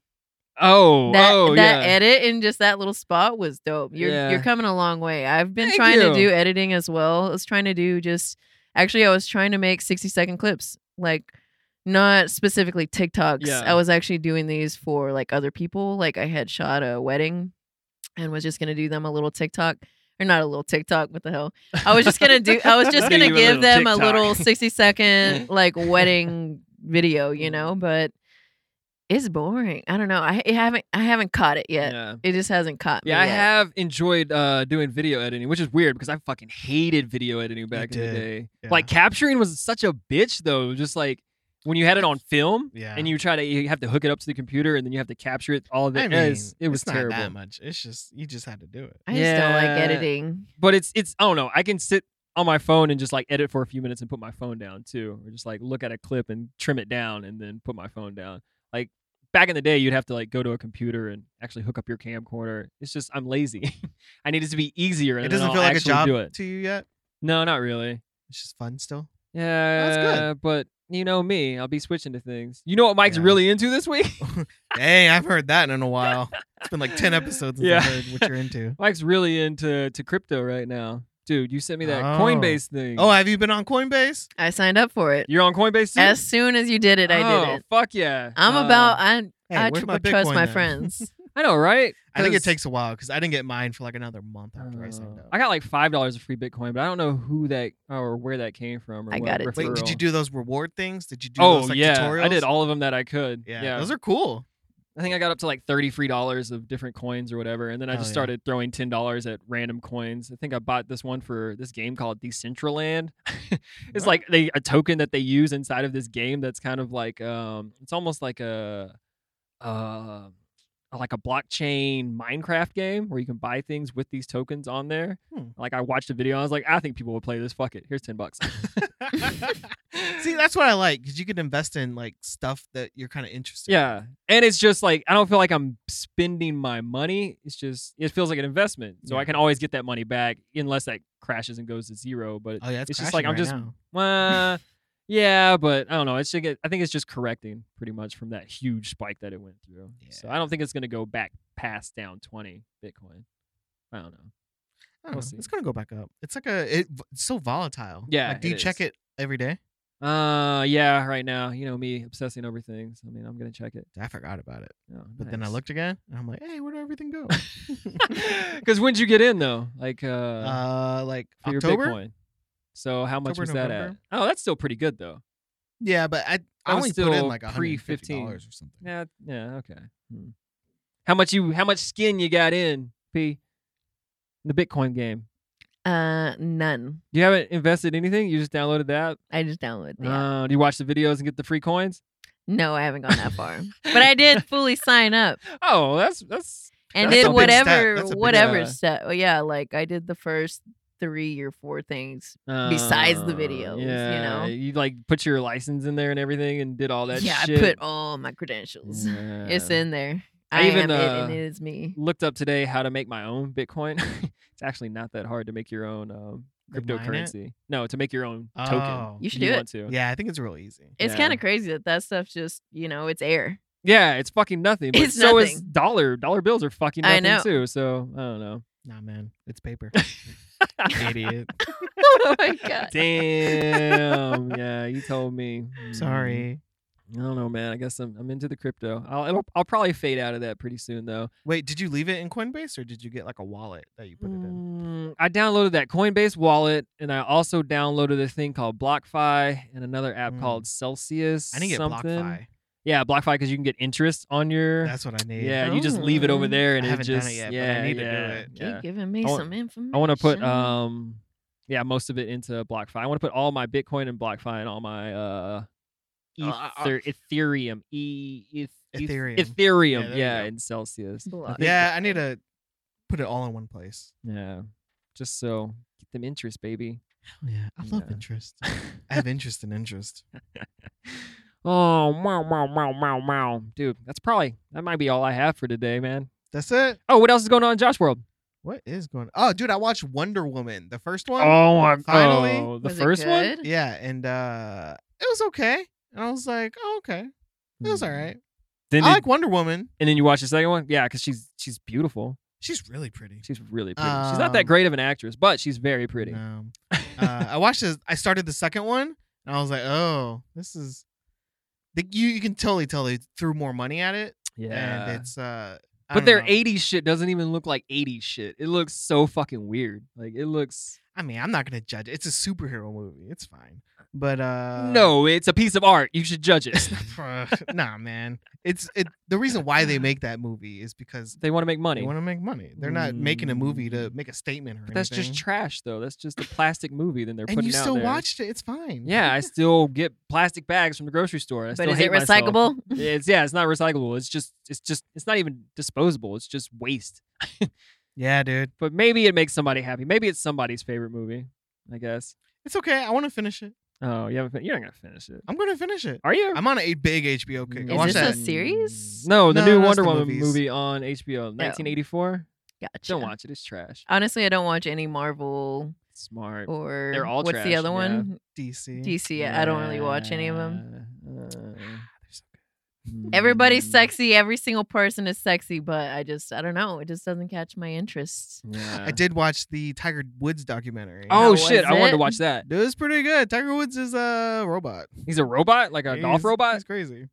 B: oh,
C: that
B: oh
C: that
B: yeah.
C: edit in just that little spot was dope. You're
B: Yeah.
C: you're coming a long way. I've been
B: Thank
C: trying to
B: you.
C: do editing as well. I was trying to do just actually I was trying to make 60 second clips. Like not specifically TikToks.
B: Yeah.
C: I was actually doing these for like other people. Like I had shot a wedding and was just gonna do them a little TikTok. Or not a little TikTok, what the hell? I was just gonna do I was just
B: Do
C: gonna
B: you a
C: give
B: little
C: them a
B: TikTok.
C: little
B: *laughs*
C: 60 second like wedding video, you know, but it's boring. I don't know. I, I haven't I haven't caught it yet.
B: yeah.
C: It just hasn't caught me.
B: Yeah, I
C: yet.
B: have enjoyed uh, doing video editing, which is weird because I fucking hated video editing back in the
A: did,
B: day.
A: yeah.
B: Like capturing was such a bitch though. Just like when you had it on film
A: Yeah.
B: and you try to you have to hook it up to the computer and then you have to capture it all of it.
A: I mean,
B: Yes, it was
A: it's not
B: terrible.
A: that much. It's just you just had to do it.
C: I just don't like
B: Yeah.
C: editing.
B: but it's it's I don't know. I can sit on my phone and just like edit for a few minutes and put my phone down too, or just like look at a clip and trim it down and then put my phone down. Like back in the day, you'd have to like go to a computer and actually hook up your camcorder. It's just I'm lazy. *laughs* I need it to be easier. And
A: It
B: then
A: doesn't
B: I'll
A: feel like a
B: actually
A: job
B: Do it.
A: to you yet.
B: No, not really.
A: It's just fun
B: *laughs*
A: still.
B: Yeah,
A: Oh, that's good.
B: But you know me, I'll be switching to things. You know what Mike's
A: Yeah.
B: really into this week? *laughs*
A: Hey, I've heard that in a while. It's been like ten episodes since
B: Yeah.
A: I've heard what you're
B: *laughs*
A: into.
B: Mike's really into to crypto right now, dude. You sent me that
A: Oh.
B: Coinbase thing.
A: Oh, have you been on Coinbase?
C: I signed up for it.
B: you're on Coinbase too.
C: As soon as you did it, I
B: oh,
C: did it.
B: Fuck yeah!
C: I'm
B: Uh,
C: about I
A: Hey,
C: I
A: where's
C: tr-
A: my
C: trust
A: Bitcoin
C: my
A: then?
B: *laughs*
C: friends.
B: I know, right?
A: *laughs* I think it
B: 'Cause-
A: takes a while because I didn't get mine for like another month after I signed
B: Uh,
A: up.
B: I got like five dollars of free Bitcoin, but I don't know who that or where that came from. Or
C: I
B: what
C: got it,
A: Wait, did you
B: referral.
A: do those reward things? Did you do
B: oh
A: those like
B: yeah,
A: tutorials?
B: I did all of them that I could.
A: Yeah, those are cool.
B: I think I got up to like thirty free dollars of different coins or whatever, and then I
A: Hell
B: just
A: yeah.
B: started throwing ten dollars at random coins. I think I bought this one for this game called Decentraland. *laughs* it's
A: What?
B: like they a token that they use inside of this game that's kind of like um, it's almost like a uh, like a blockchain Minecraft game where you can buy things with these tokens on there.
A: Hmm.
B: Like I watched a video, I was like, I think people would play this. Fuck it, here's
A: *laughs*
B: ten bucks. *laughs*
A: See, that's what I like because you could invest in like stuff that you're kind of interested. in.
B: yeah, and it's just like I don't feel like I'm spending my money. It's just it feels like an investment, so
A: Yeah.
B: I can always get that money back unless that crashes and goes to zero. But
A: Oh yeah, it's,
B: It's just like,
A: crashing right
B: I'm just-
A: now.
B: *laughs* Well, yeah, but I don't know. It's should get, I think it's just correcting pretty much from that huge spike that it went through. So I don't think it's going to go back past down 20 Bitcoin. I
A: I don't
B: don't know. we'll
A: know.
B: see.
A: Oh, It's gonna go back up. It's like a it, it's so volatile.
B: Yeah,
A: Like, do
B: it
A: you check
B: is.
A: it every day?
B: Uh, yeah, right now, you know me obsessing over things. I mean, I'm going to check it.
A: I forgot about it,
B: Oh,
A: but then
B: *laughs*
A: I looked again and I'm like, hey, where did everything go?
B: Because when'd you get in though? Like, *laughs* uh,
A: uh, like
B: for your
A: October.
B: Bitcoin. So how much
A: October,
B: was that
A: November.
B: at? Oh, that's still pretty good though.
A: Yeah, but I, I
B: That was
A: only put in
B: still
A: like
B: pre-
A: $150 or
B: 15.
A: something.
B: Yeah, yeah, okay. Hmm. How much you? How much skin you got in P? In the Bitcoin game.
C: Uh, none.
B: You haven't invested anything. You just downloaded that.
C: I just downloaded the app.
B: Uh, do you watch the videos and get the free coins?
C: No, I haven't gone
B: *laughs*
C: that far, but I did fully sign up
B: Oh, that's that's
C: and
B: That's a
C: did
B: big uh,
A: step.
C: whatever,
A: That's a big
C: whatever
B: step.
C: step. Oh, yeah, like I did the first three or four things. Besides the
B: uh,
C: videos, you
B: yeah,
C: know?
B: you like put your license in there and everything, and did all that.
C: yeah,
B: shit. Mm,
C: I put all my credentials. It's
B: Yeah.
C: in there.
B: I
C: I,
B: even,
C: am it, and
B: uh,
C: it is me.
B: Looked up today how to make my own Bitcoin. *laughs* it's actually not that hard to make your own um,
A: Like mine it?
B: cryptocurrency. No, to make your own token.
A: Oh.
C: You
B: if
C: should do it.
B: Want to.
A: Yeah, I think it's real easy.
C: It's
B: Yeah.
C: kind of crazy that that stuff just, you know, it's air. *laughs*
B: Yeah, it's fucking nothing. But
C: It's
B: so is
C: nothing.
B: dollar. Dollar bills are fucking
C: I
B: nothing
C: know.
B: too. So I don't
C: *laughs*
B: know.
A: Nah, man, it's paper. Idiot.
C: oh my god.
B: Damn. yeah, you told me. *laughs* Mm.
A: Sorry.
B: I don't know, man. I guess I'm, I'm into the crypto. I'll it'll, I'll probably fade out of that pretty soon, though.
A: Wait, did you leave it in Coinbase or did you get like a wallet that you put it in?
B: Mm, I downloaded that Coinbase wallet, and I also downloaded a thing called BlockFi and another app
A: Mm.
B: called Celsius.
A: I need to get
B: something.
A: BlockFi.
B: Yeah, BlockFi because you can get interest on your.
A: That's what I need.
B: yeah, you just leave it over
C: Oh.
B: there, and
A: I
B: it
A: haven't done
B: just
A: it yet, but I
B: yeah,
A: need to do
B: yeah,
A: it.
B: yeah.
C: Keep giving me
B: I want-
C: some information.
B: I want to put um yeah, most of it into BlockFi. I want to put all my Bitcoin in BlockFi and all my uh
A: Uh, uh, uh.
B: ether, Ethereum, e, eth- eth-
A: Ethereum. Yeah,
B: Ethereum,
A: there you
B: yeah,
A: go.
B: in Celsius.
A: *laughs*
C: Block.
B: think-
A: Yeah, I need to put it all in one place.
B: Yeah. Just so get them interest, baby.
A: Yeah, I love
B: Yeah.
A: interest. *laughs* I have interest in interest.
B: oh, wow, wow, wow, wow, wow. Dude, that's probably that might be all I have for today, man.
A: That's it.
B: Oh, what else is going on in Josh World?
A: What is going? Oh, dude, I watched Wonder Woman, the first one.
B: Oh, my
A: Finally.
B: oh, the
C: Was it
B: first one?
C: good?
A: Yeah, and uh it was okay. And I was like, oh, okay, it was all right.
B: Then
A: I
B: did-
A: like Wonder Woman.
B: and then you watch the second one? Yeah, because she's she's beautiful.
A: She's really pretty.
B: She's really pretty. she's not
A: Um,
B: that great of an actress, but she's very pretty. *laughs*
A: Um, uh, I watched this. I started the second one, and I was like, "Oh, this is." The, you you can totally tell they threw more money at it,
B: yeah.
A: and it's. uh I
B: but
A: don't
B: their
A: know.
B: 80s shit doesn't even look like 80s shit. It looks so fucking weird. Like it looks
A: I mean, I'm not gonna judge. it. It's a superhero movie. It's fine, but uh
B: No, it's a piece of art. You should
A: *laughs*
B: judge it. *laughs*
A: nah, man. It's it. The reason why they make that movie is because
B: they want to make money.
A: they want to make money. They're not making a movie to
B: Mm.
A: make a statement or
B: but that's
A: anything.
B: just trash though. That's just a plastic movie then they're
A: and
B: putting
A: you
B: out
A: still
B: there.
A: watched it. It's fine.
B: Yeah, I still get plastic bags from the grocery store. I
C: But
B: still
C: is it
B: hate myself.
C: recyclable?
B: It's yeah, it's not recyclable. It's just it's just it's not even disposable. It's just waste.
A: yeah, dude.
B: But maybe it makes somebody happy. Maybe it's somebody's favorite movie, I guess.
A: It's okay. I want to finish it.
B: Oh, you haven't fin- you're not gonna finish it.
A: I'm gonna finish it.
B: Are you?
A: I'm on a big HBO kick. I
C: Is
A: watched
C: this
A: that.
C: a series?
B: No, the
A: No, no,
B: new
A: it's
B: Wonder
A: the
B: Woman
A: movies.
B: movie on HBO, 1984.
C: Gotcha.
B: Don't watch it; it's trash.
C: Honestly, I don't watch any Marvel
B: Smart.
C: or
B: They're all
C: what's the
B: trash,
C: other
B: yeah.
C: one?
A: DC.
C: DC. I don't really watch any of them.
B: Yeah, uh,
C: Everybody's
B: mm,
C: sexy. Every single person is sexy, but I just, I don't know. It just doesn't catch my interest.
B: yeah.
A: I did watch the Tiger Woods documentary.
B: Oh
C: How
B: shit!
C: was
B: I wanted to
C: it?
B: watch that.
A: it was pretty good. Tiger Woods is a robot.
B: He's a robot, like a golf
A: He's-
B: robot.
A: He's crazy.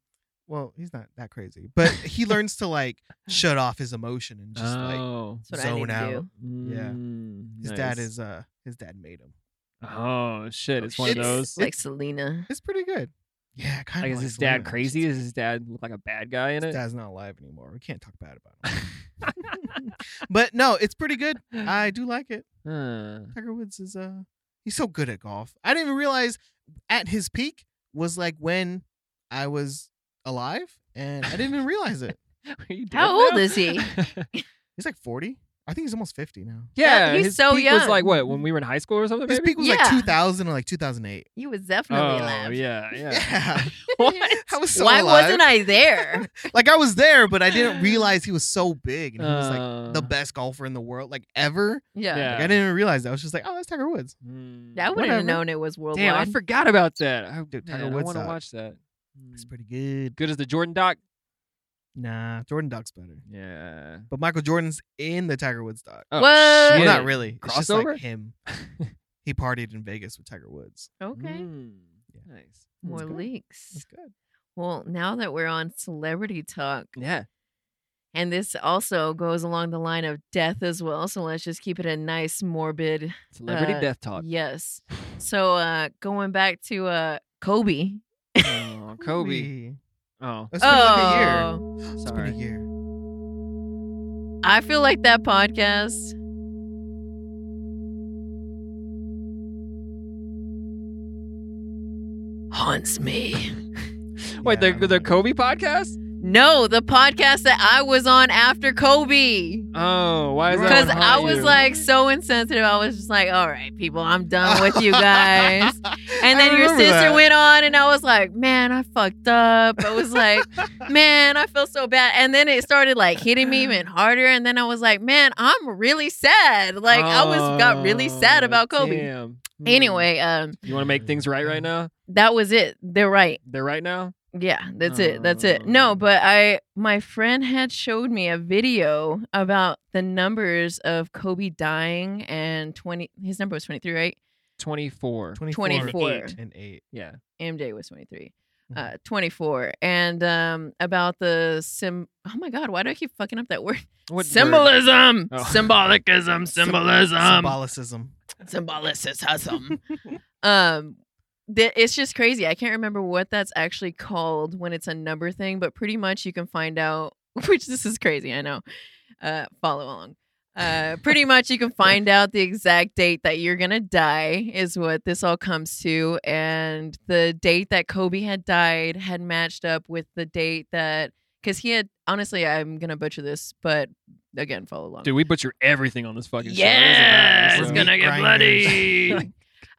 A: Well, he's not that crazy, but he learns to like shut off his emotion and just like
B: oh,
C: That's what I need
A: Zone out.
C: to do.
A: Yeah.
B: Mm,
A: his
B: nice.
A: dad is uh his dad made him.
B: Oh shit! It's one
A: shit.
B: of those.
C: Like Selena.
A: It's pretty good. Yeah, kind
B: Like,
A: of.
B: is his dad crazy? Is his dad look like a bad guy in
A: His
B: it?
A: dad's not alive anymore. We can't talk bad about him.
B: *laughs*
A: *laughs* but no, it's pretty good. I do like it.
B: Huh. *laughs*
A: Tiger Woods is uh he's so good at golf. I didn't even realize at his
B: *laughs*
A: peak was like when I was alive and I didn't even realize it.
B: Are you dead
C: How old
B: now?
C: is
B: *laughs*
C: he?
A: He's like 40. I think he's almost 50 now.
B: yeah,
C: he's
B: his
C: so
B: peak was like
C: young.
B: what when we were in high school or something.
A: His
B: maybe?
A: peak was
C: Yeah.
A: like 2000 or like 2008.
C: You was definitely
B: Oh
A: *laughs*
C: alive.
B: yeah, yeah.
A: Yeah.
B: *laughs* What?
A: I was so
C: Why
A: alive.
C: wasn't
A: *laughs*
C: I there?
A: Like I was there, but I
B: *laughs*
A: didn't realize he was so big and he was like the
B: Uh,
A: best golfer in the world, like ever.
C: Uh-huh. Yeah.
B: Yeah.
A: Like, I didn't even realize that. I was just like, oh, that's Tiger Woods.
B: hmm.
C: I wouldn't have
A: Whatever.
C: known it was worldwide.
B: Damn, I forgot about that. I,
A: Dude,
B: man,
A: Tiger
B: I
A: Woods
B: want to
A: sucked.
B: watch that.
C: Hmm.
A: It's
B: Mm.
A: pretty good.
B: Good as the Jordan doc.
A: Nah, Jordan Duck's better.
B: Yeah.
A: But Michael Jordan's in the Tiger Woods doc.
B: Oh,
C: What?
A: Well,
B: shit.
A: not really. It's just like
B: Crossover?
C: *laughs*
A: him. he partied in Vegas with Tiger Woods.
C: Okay.
B: Mm. Nice.
C: More
A: good.
C: leaks.
A: That's good.
C: Well, now that we're on celebrity talk,
B: Yeah.
C: and this also goes along the line of death as well. So let's just keep it a nice, morbid
B: Celebrity
C: Uh,
B: death talk.
C: yes. So uh going back to uh Kobe.
B: Oh, Kobe. Oh,
A: That's oh.
C: Oh,
A: been a year. It's been a
B: sorry.
A: year.
C: I feel like that podcast. Haunts me.
B: Wait,
A: Yeah, I
B: the
A: don't know.
B: the Kobe podcast?
C: No, the podcast that I was on after Kobe.
B: Oh, why is that?
C: Because
B: one
C: I
B: haunt
C: was
B: you?
C: like so insensitive. I was just like, all right, people, I'm done
A: *laughs*
C: with you guys. And
A: I
C: then your
A: remember
C: sister
A: that.
C: went on, and I was like, man, I fucked up. I
A: *laughs*
C: was like, man, I feel so bad. And then it started like hitting me even harder. And then I was like, man, I'm really sad. Like, I was got really sad
B: Oh,
C: about Kobe.
B: damn. Hmm.
C: Anyway, um,
B: you want to make things right right now?
C: that was it. They're right.
B: They're right now.
C: Yeah, that's it. That's it. No,
B: Oh.
C: but I my friend had showed me a video about the numbers of Kobe dying and 20 his number was 23, right?
B: Twenty four.
A: 24,
C: 24.
A: and 8.
B: Yeah.
C: MJ was 23.
A: Mhm.
C: Uh, 24 and um about the sim oh my god why do i keep fucking up that word
B: What word?
C: symbolism
B: Oh.
C: symbolicism symbolism
A: Symbolicism.
C: symbolicism um th- it's just crazy i can't remember what that's actually called when it's a number thing but pretty much you can find out *laughs* which this is crazy i know uh follow along uh pretty much you can find out the exact date that you're gonna die is what this all comes to and the date that kobe had died had matched up with the date that because he had honestly i'm gonna butcher this but again follow *laughs* along
B: Oh. Dude, we butcher everything on this fucking
C: Yes,
B: show.
C: it's
B: This is
A: Meat
B: about-
C: gonna get
A: grinders.
B: this
C: bloody.
B: is-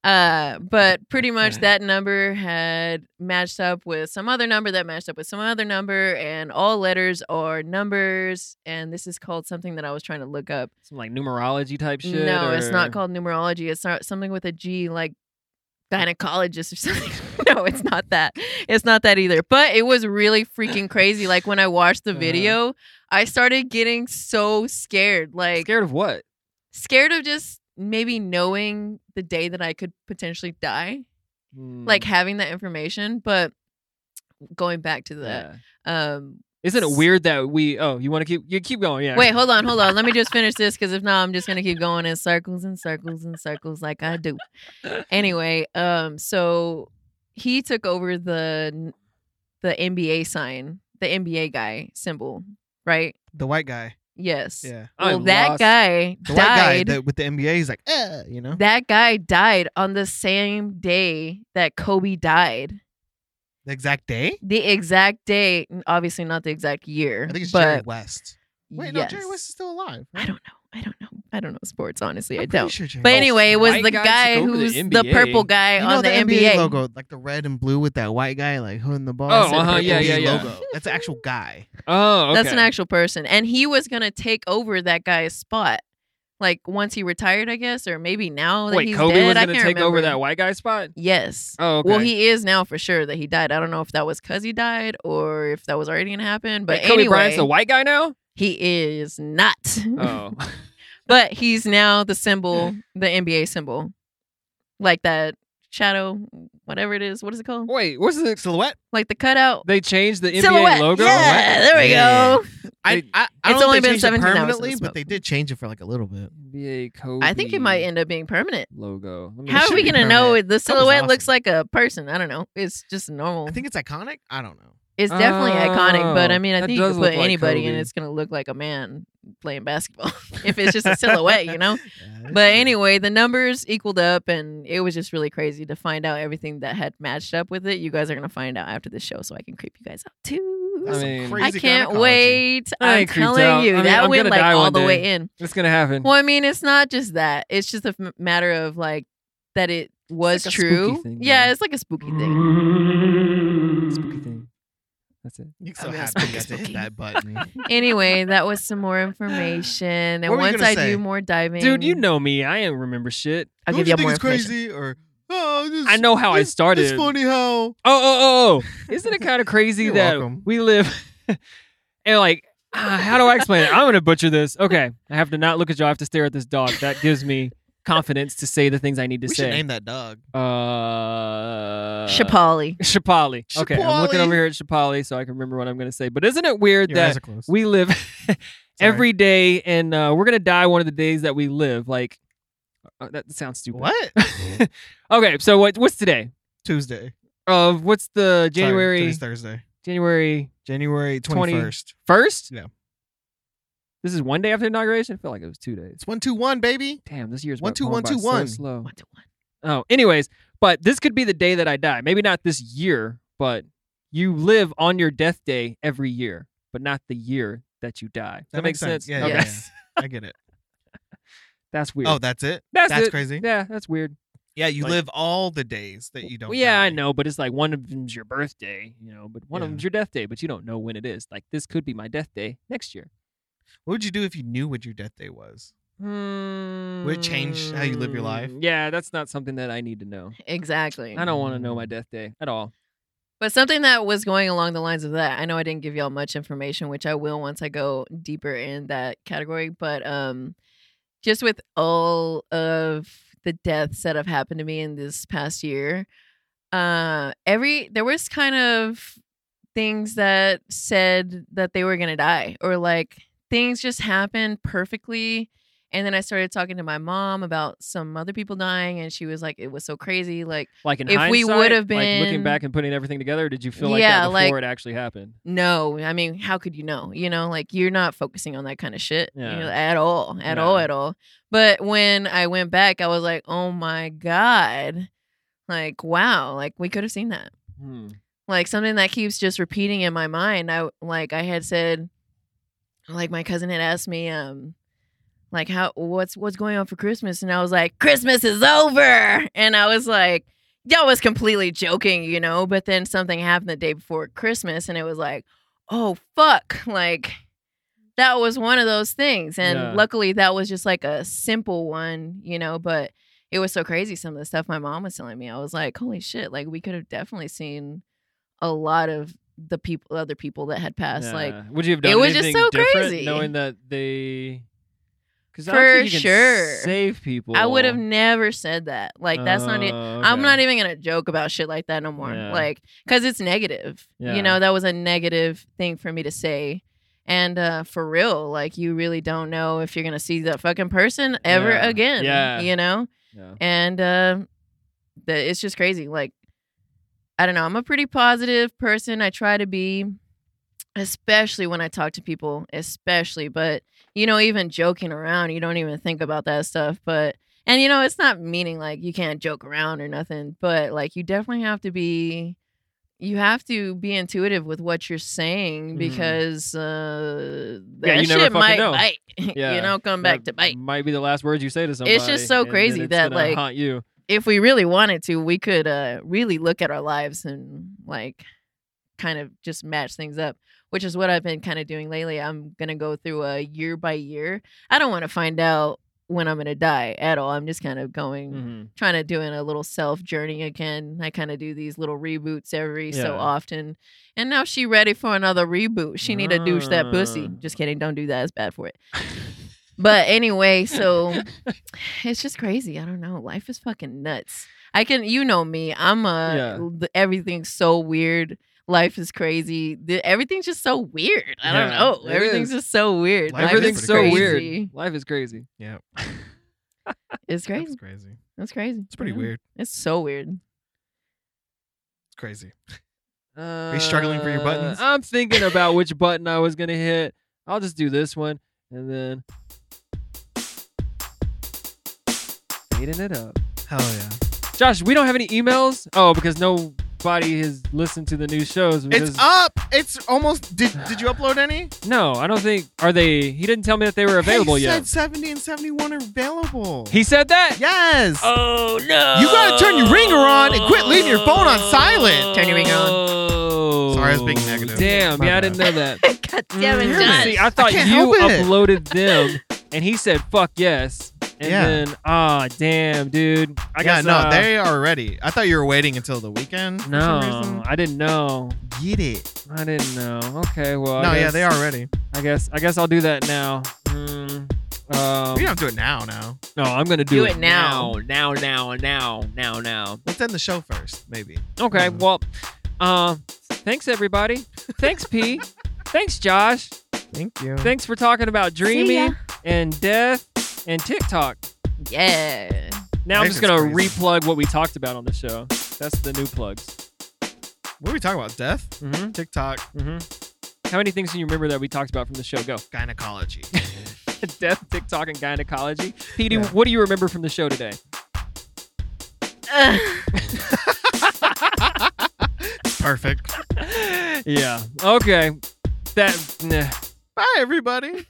C: Uh, but pretty much that number had matched up with some other number that matched up with some other number, and all letters are numbers. And this is called something that I was trying to look up.
B: Some like numerology type shit.
C: no, it's not
B: or-
C: called numerology. It's not something with a G, like gynecologist or *laughs* something. no, it's not that. It's not that either. But it was really freaking crazy. Like when I watched the
B: Uh-huh.
C: video, I started getting so scared. Like
B: Scared of what?
C: scared of just maybe knowing the day that I could potentially die, like
A: Mm-hmm.
B: Hmm.
C: having that information. But going back to that,
B: Yeah.
C: um,
B: Isn't it weird that we? Oh, you want to keep? You keep going. Yeah.
C: wait, hold on, hold on. Let me just finish this because if not, I'm just gonna keep going in circles and circles and circles like
A: *laughs*
C: I do. Anyway, um, so he took over the the NBA sign, the NBA guy symbol, right?
A: The white guy.
C: Yes.
A: Yeah.
B: I'm
C: Well, that
B: lost.
C: guy
A: The white guy
C: died.
A: that, with the NBA, he's like, eh, you know?
C: That guy died on the same day that Kobe died.
A: the exact day?
C: The exact day, obviously not the exact year.
A: I think it's
C: but
A: Jerry West. Wait, no, Jerry
C: yes.
A: West is still alive.
C: I don't know. I don't know. I don't know sports, honestly.
A: I'm
C: I'm I
A: pretty
C: do not
A: Sure Jerry
C: But
A: West-
C: anyway, it was
B: white
C: the
B: guy
C: guy
B: took over the
C: who's the,
B: NBA.
C: purple guy
A: You know
C: on
A: the,
C: the,
A: NBA, logo, like the red and blue with that white guy like holding the ball. That's the
B: Oh, uh-huh, yeah,
A: NBA
B: yeah, yeah.
A: *laughs* Logo. That's an actual guy.
B: Oh,
C: That's an
B: okay.
C: actual person. And he was going to take over that guy's spot. Like once he retired, I guess, or maybe now that
B: Wait,
C: he's
B: Kobe
C: dead.
B: was
C: I
B: gonna
C: can't
B: take over
C: remember.
B: that white guy spot.
C: Yes.
B: Oh, okay.
C: Well, he is now for sure that he died. I don't know if that was because he died or if that was already going to happen. But
B: Wait, Kobe
C: anyway,
B: Bryant's a white guy
C: *laughs*
B: now.
C: he is not.
B: Oh, *laughs*
C: but he's now the symbol, the NBA symbol, like that shadow, whatever it is. What is it called?
B: wait, what's the?
A: Silhouette.
C: Like the cutout
B: They changed the NBA
C: silhouette.
B: logo.
C: Yeah, there we
A: Yeah.
C: go.
A: I,
B: They-
A: I, I
C: It's
A: don't know
C: only
A: if they
C: been
A: changed it
C: 17 hours
A: permanently,
C: since
A: but they did change it for like a little bit.
B: NBA Kobe.
C: I think it might end up being permanent.
B: logo. Let me
C: How
A: should
C: are we
A: be
C: going to know
A: permanent.
C: the
A: That was
C: silhouette looks
A: awesome.
C: like a person? I don't know. It's just normal.
A: I think it's iconic. I don't know.
C: It's definitely iconic, but I
B: Oh,
C: mean, I
B: that
C: think you
B: does
C: can put
B: look like
C: anybody and
B: Kobe.
C: it's going to look like a man playing basketball *laughs* if it's just a silhouette, you know?
A: *laughs* Yeah, that's
C: But
A: true.
C: anyway, the numbers equaled up and it was just really crazy to find out everything that had matched up with it. You guys are going to find out after the show so I can creep you guys out too.
A: That's
B: I
A: some
B: mean-
A: crazy
C: I can't
A: gynecology.
C: wait.
B: I
C: I'm
B: ain't creeped
C: telling
B: out.
C: you,
B: I mean,
C: that
B: I'm
C: went
B: gonna
C: like
B: die
C: all
B: one
C: the way
B: day.
C: in.
B: It's gonna happen.
C: Well, I mean, it's not just that. It's just a f- matter of like that it was
B: like a spooky
C: true.
B: thing,
C: yeah,
B: yeah.
C: it's like a spooky thing.
B: *laughs* Spooky thing. That's it.
A: You're
C: I
A: so
C: mean,
A: happy
C: spooky,
A: you got to
C: spooky.
A: hit that button.
C: anyway, that was some more information. And
A: What were you
C: once
A: gonna
C: I
A: say?
C: do more diving,
B: Dude, you know me. I ain't remember shit.
C: *laughs* I'll
A: Don't
C: give
A: you
C: you,
A: think
C: more
A: it's
C: information.
A: crazy or oh, this,
B: I know how I
A: this-
B: started.
A: It's funny how
B: Oh, oh, oh,
C: *laughs*
B: oh. Isn't it kind of crazy
A: You're
B: that
A: welcome.
B: we live *laughs* and like, ah, how do I explain it? I'm going to butcher this. Okay. I have to not look at you. I have to stare at this dog. That gives me confidence to say the things I need to
A: we should
B: say.
A: name that dog.
B: uh,
C: Shapali.
B: Shapali. Okay. I'm looking
A: Shapali.
B: over here at Shapali so I can remember what I'm going to say. But isn't it weird
A: Your
B: that
A: eyes are closed.
B: we live *laughs* every day and uh, we're gonna die one of the days that we live like uh, that sounds stupid
A: what
B: *laughs* okay so what what's today
A: Tuesday?
B: of what's the
A: Sorry,
B: january
A: today's Thursday,
B: january
A: January twenty
B: Twenty-
A: first.
B: 1st
A: Yeah.
B: this is one day after inauguration i feel like it was two days
A: It's one two one, baby.
B: damn this year's
A: One,
B: went
A: two,
B: gone
A: one,
B: by
A: two,
B: so
A: one.
B: slow
C: One to one.
B: oh anyways but this could be the day that i die maybe not this year but you live on your death day every year but not the year that you die that,
A: That makes sense. Yeah,
B: okay.
A: yeah, I get it.
B: that's weird
A: Oh, that's it.
B: that's,
A: that's
B: it.
A: crazy.
B: yeah that's weird
A: Yeah, you
B: Like-
A: live all the days that you don't.
B: Well, yeah, I
A: die.
B: know, but it's like one of them's your birthday, you know, but one of
A: Yeah.
B: them's your death day, but you don't know when it is. Like this could be my death day next year.
A: What would you do if you knew what your death day was?
B: Hmm.
A: Would it change how you live your life?
B: Yeah, that's not something that I need to know.
C: *laughs* Exactly.
B: I don't want to know
A: Mm.
B: my death day at all.
C: But something that was going along the lines of that, I know I didn't give y'all much information, which I will once I go deeper in that category. But um, just with all of the deaths that have happened to me in this past year, uh, every there was kind of things that said that they were gonna die, or like things just happened perfectly. And then I started talking to my mom about some other people dying, and she was like, "It was so crazy, like."
B: Like in
C: If we
B: hindsight,
C: would have
B: like, looking
C: been-
B: back and putting everything together, did you feel like
C: Yeah,
B: that
C: like-
B: before it actually happened?
C: no i mean how could you know you know like you're not focusing on that kind of shit you know,
B: Yeah.
C: at all at all
B: Yeah.
C: at all but when i went back i was like oh my god like wow like we could have seen that
B: Hmm.
C: like something that keeps just repeating in my mind i like i had said like my cousin had asked me um like how what's what's going on for christmas and i was like christmas is over and i was like yeah, I was completely joking, you know, but then something happened the day before Christmas and it was like, oh fuck, like that was one of those things. And
B: Yeah.
C: luckily that was just like a simple one, you know, but it was so crazy some of the stuff my mom was telling me. I was like, holy shit, like we could have definitely seen a lot of the people other people that had passed
B: Yeah.
C: like
B: would you have done
C: it was just
B: anything
C: so
B: different
C: crazy.
B: knowing that they? Because
C: For
B: you can
C: sure.
B: save people.
C: I would have never said that. Like that's not it.
B: Oh,
C: I'm
B: okay.
C: not even gonna joke about shit like that no more.
B: Yeah.
C: Like, cause it's negative.
B: Yeah.
C: You know, that was a negative thing for me to say. And uh, for real, like you really don't know if you're gonna see that fucking person ever
B: Yeah.
C: again.
B: Yeah.
C: You know,
B: Yeah.
C: and uh, the, it's just crazy. Like, I don't know. I'm a pretty positive person. I try to be, especially when I talk to people. Especially, but you know, even joking around, you don't even think about that stuff. But and you know, it's not meaning like you can't joke around or nothing, but like you definitely have to be you have to be intuitive with what you're saying
B: Mhm.
C: because uh that
B: Yeah, you never
C: shit
B: fucking
C: might
B: know.
C: bite. *laughs*
B: Yeah,
C: you know, come back
B: That
C: to bite.
B: Might be the last words you say to somebody.
C: just so
B: and then
C: crazy
B: it's
C: that,
B: gonna
C: like-
B: haunt you.
C: If we really wanted to, we could uh really look at our lives and like kind of just match things up, which is what I've been kind of doing lately. I'm going to go through a year by year. I don't want to find out when I'm going to die at all. I'm just kind of going
B: Mhm.
C: trying to doing a little self journey again. I kind of do these little reboots every
B: Yeah.
C: so often. And now she ready for another reboot. She need to douche that pussy.
B: Mm.
C: Just kidding. Don't do that. It's bad for it. But anyway,
A: *laughs*
C: so it's just crazy. I don't know. Life is fucking nuts. I can, you know me. I'm a
B: Yeah.
C: th- everything's so weird. Life is crazy. The, everything's just so weird. I
B: Yeah,
C: don't know.
B: it
C: Everything's just so weird.
A: Life is pretty
B: Everything's so
A: crazy.
B: weird. Life is crazy.
A: Yeah,
C: It's
A: that's
C: crazy.
A: crazy.
C: It's crazy.
A: It's pretty
C: Yeah.
A: weird.
C: It's so weird.
A: It's crazy.
B: Uh,
A: you struggling for your buttons?
B: I'm thinking about which button I was gonna hit. I'll just do this one and then eating it up.
A: Hell yeah.
B: Josh, we don't have any emails. Oh, because no everybody has listened to the new shows.
A: It's
B: because-
A: up. It's almost. Did Did
B: *sighs*
A: you upload any?
B: No, I don't think. Are they? He didn't tell me that they were available
A: he
B: yet.
A: Said seventy and seventy one are available.
B: he said that.
A: yes.
B: Oh no!
A: You gotta turn your ringer on and quit leaving your phone on silent.
C: Turn your ringer on.
B: on.
A: Sorry, I was being negative.
B: Damn.
A: My
B: yeah,
A: bad.
B: I didn't know that.
C: God
B: Mm-hmm.
C: damn it,
A: Mm,
C: Josh.
B: See, I thought
A: can't
B: you
A: help it.
B: uploaded them, and he said "fuck yes," and
A: Yeah.
B: then ah, damn, dude. I
A: yeah,
B: guess
A: no,
B: uh,
A: they are ready. I thought you were waiting until the weekend. for some
B: No,
A: reason.
B: I didn't know.
A: get it.
B: I didn't know. Okay, well. Oh, I
A: no, yeah,
B: guess-
A: they are ready.
B: I guess. I guess I'll do that now. Mm, um,
A: We don't have to do it now. Now
B: No, I'm gonna do,
C: Do it now.
B: Now, now, now, now, now.
A: let's end the show first, maybe.
B: Okay,
A: Mhm.
B: well, uh, thanks everybody.
A: *laughs*
B: Thanks P. thanks Josh.
A: Thank you.
B: Thanks for talking about
C: ya.
B: dreaming and death and TikTok.
C: Yeah.
B: Now I'm
A: Life
B: just
A: is
B: gonna
A: crazy.
B: replug what we talked about on the show. That's the new plugs.
A: what are we talking about? Death,
B: Mm-hmm.
A: TikTok,
B: Mm-hmm. How many things do you remember that we talked about from the show? Go. *laughs*
A: gynecology.
B: Death, TikTok, and gynecology. P, do
A: Yeah.
B: what do you remember from the show today?
C: Ugh.
A: Perfect.
B: *laughs* yeah. Okay. That. Nah.
A: Bye, everybody.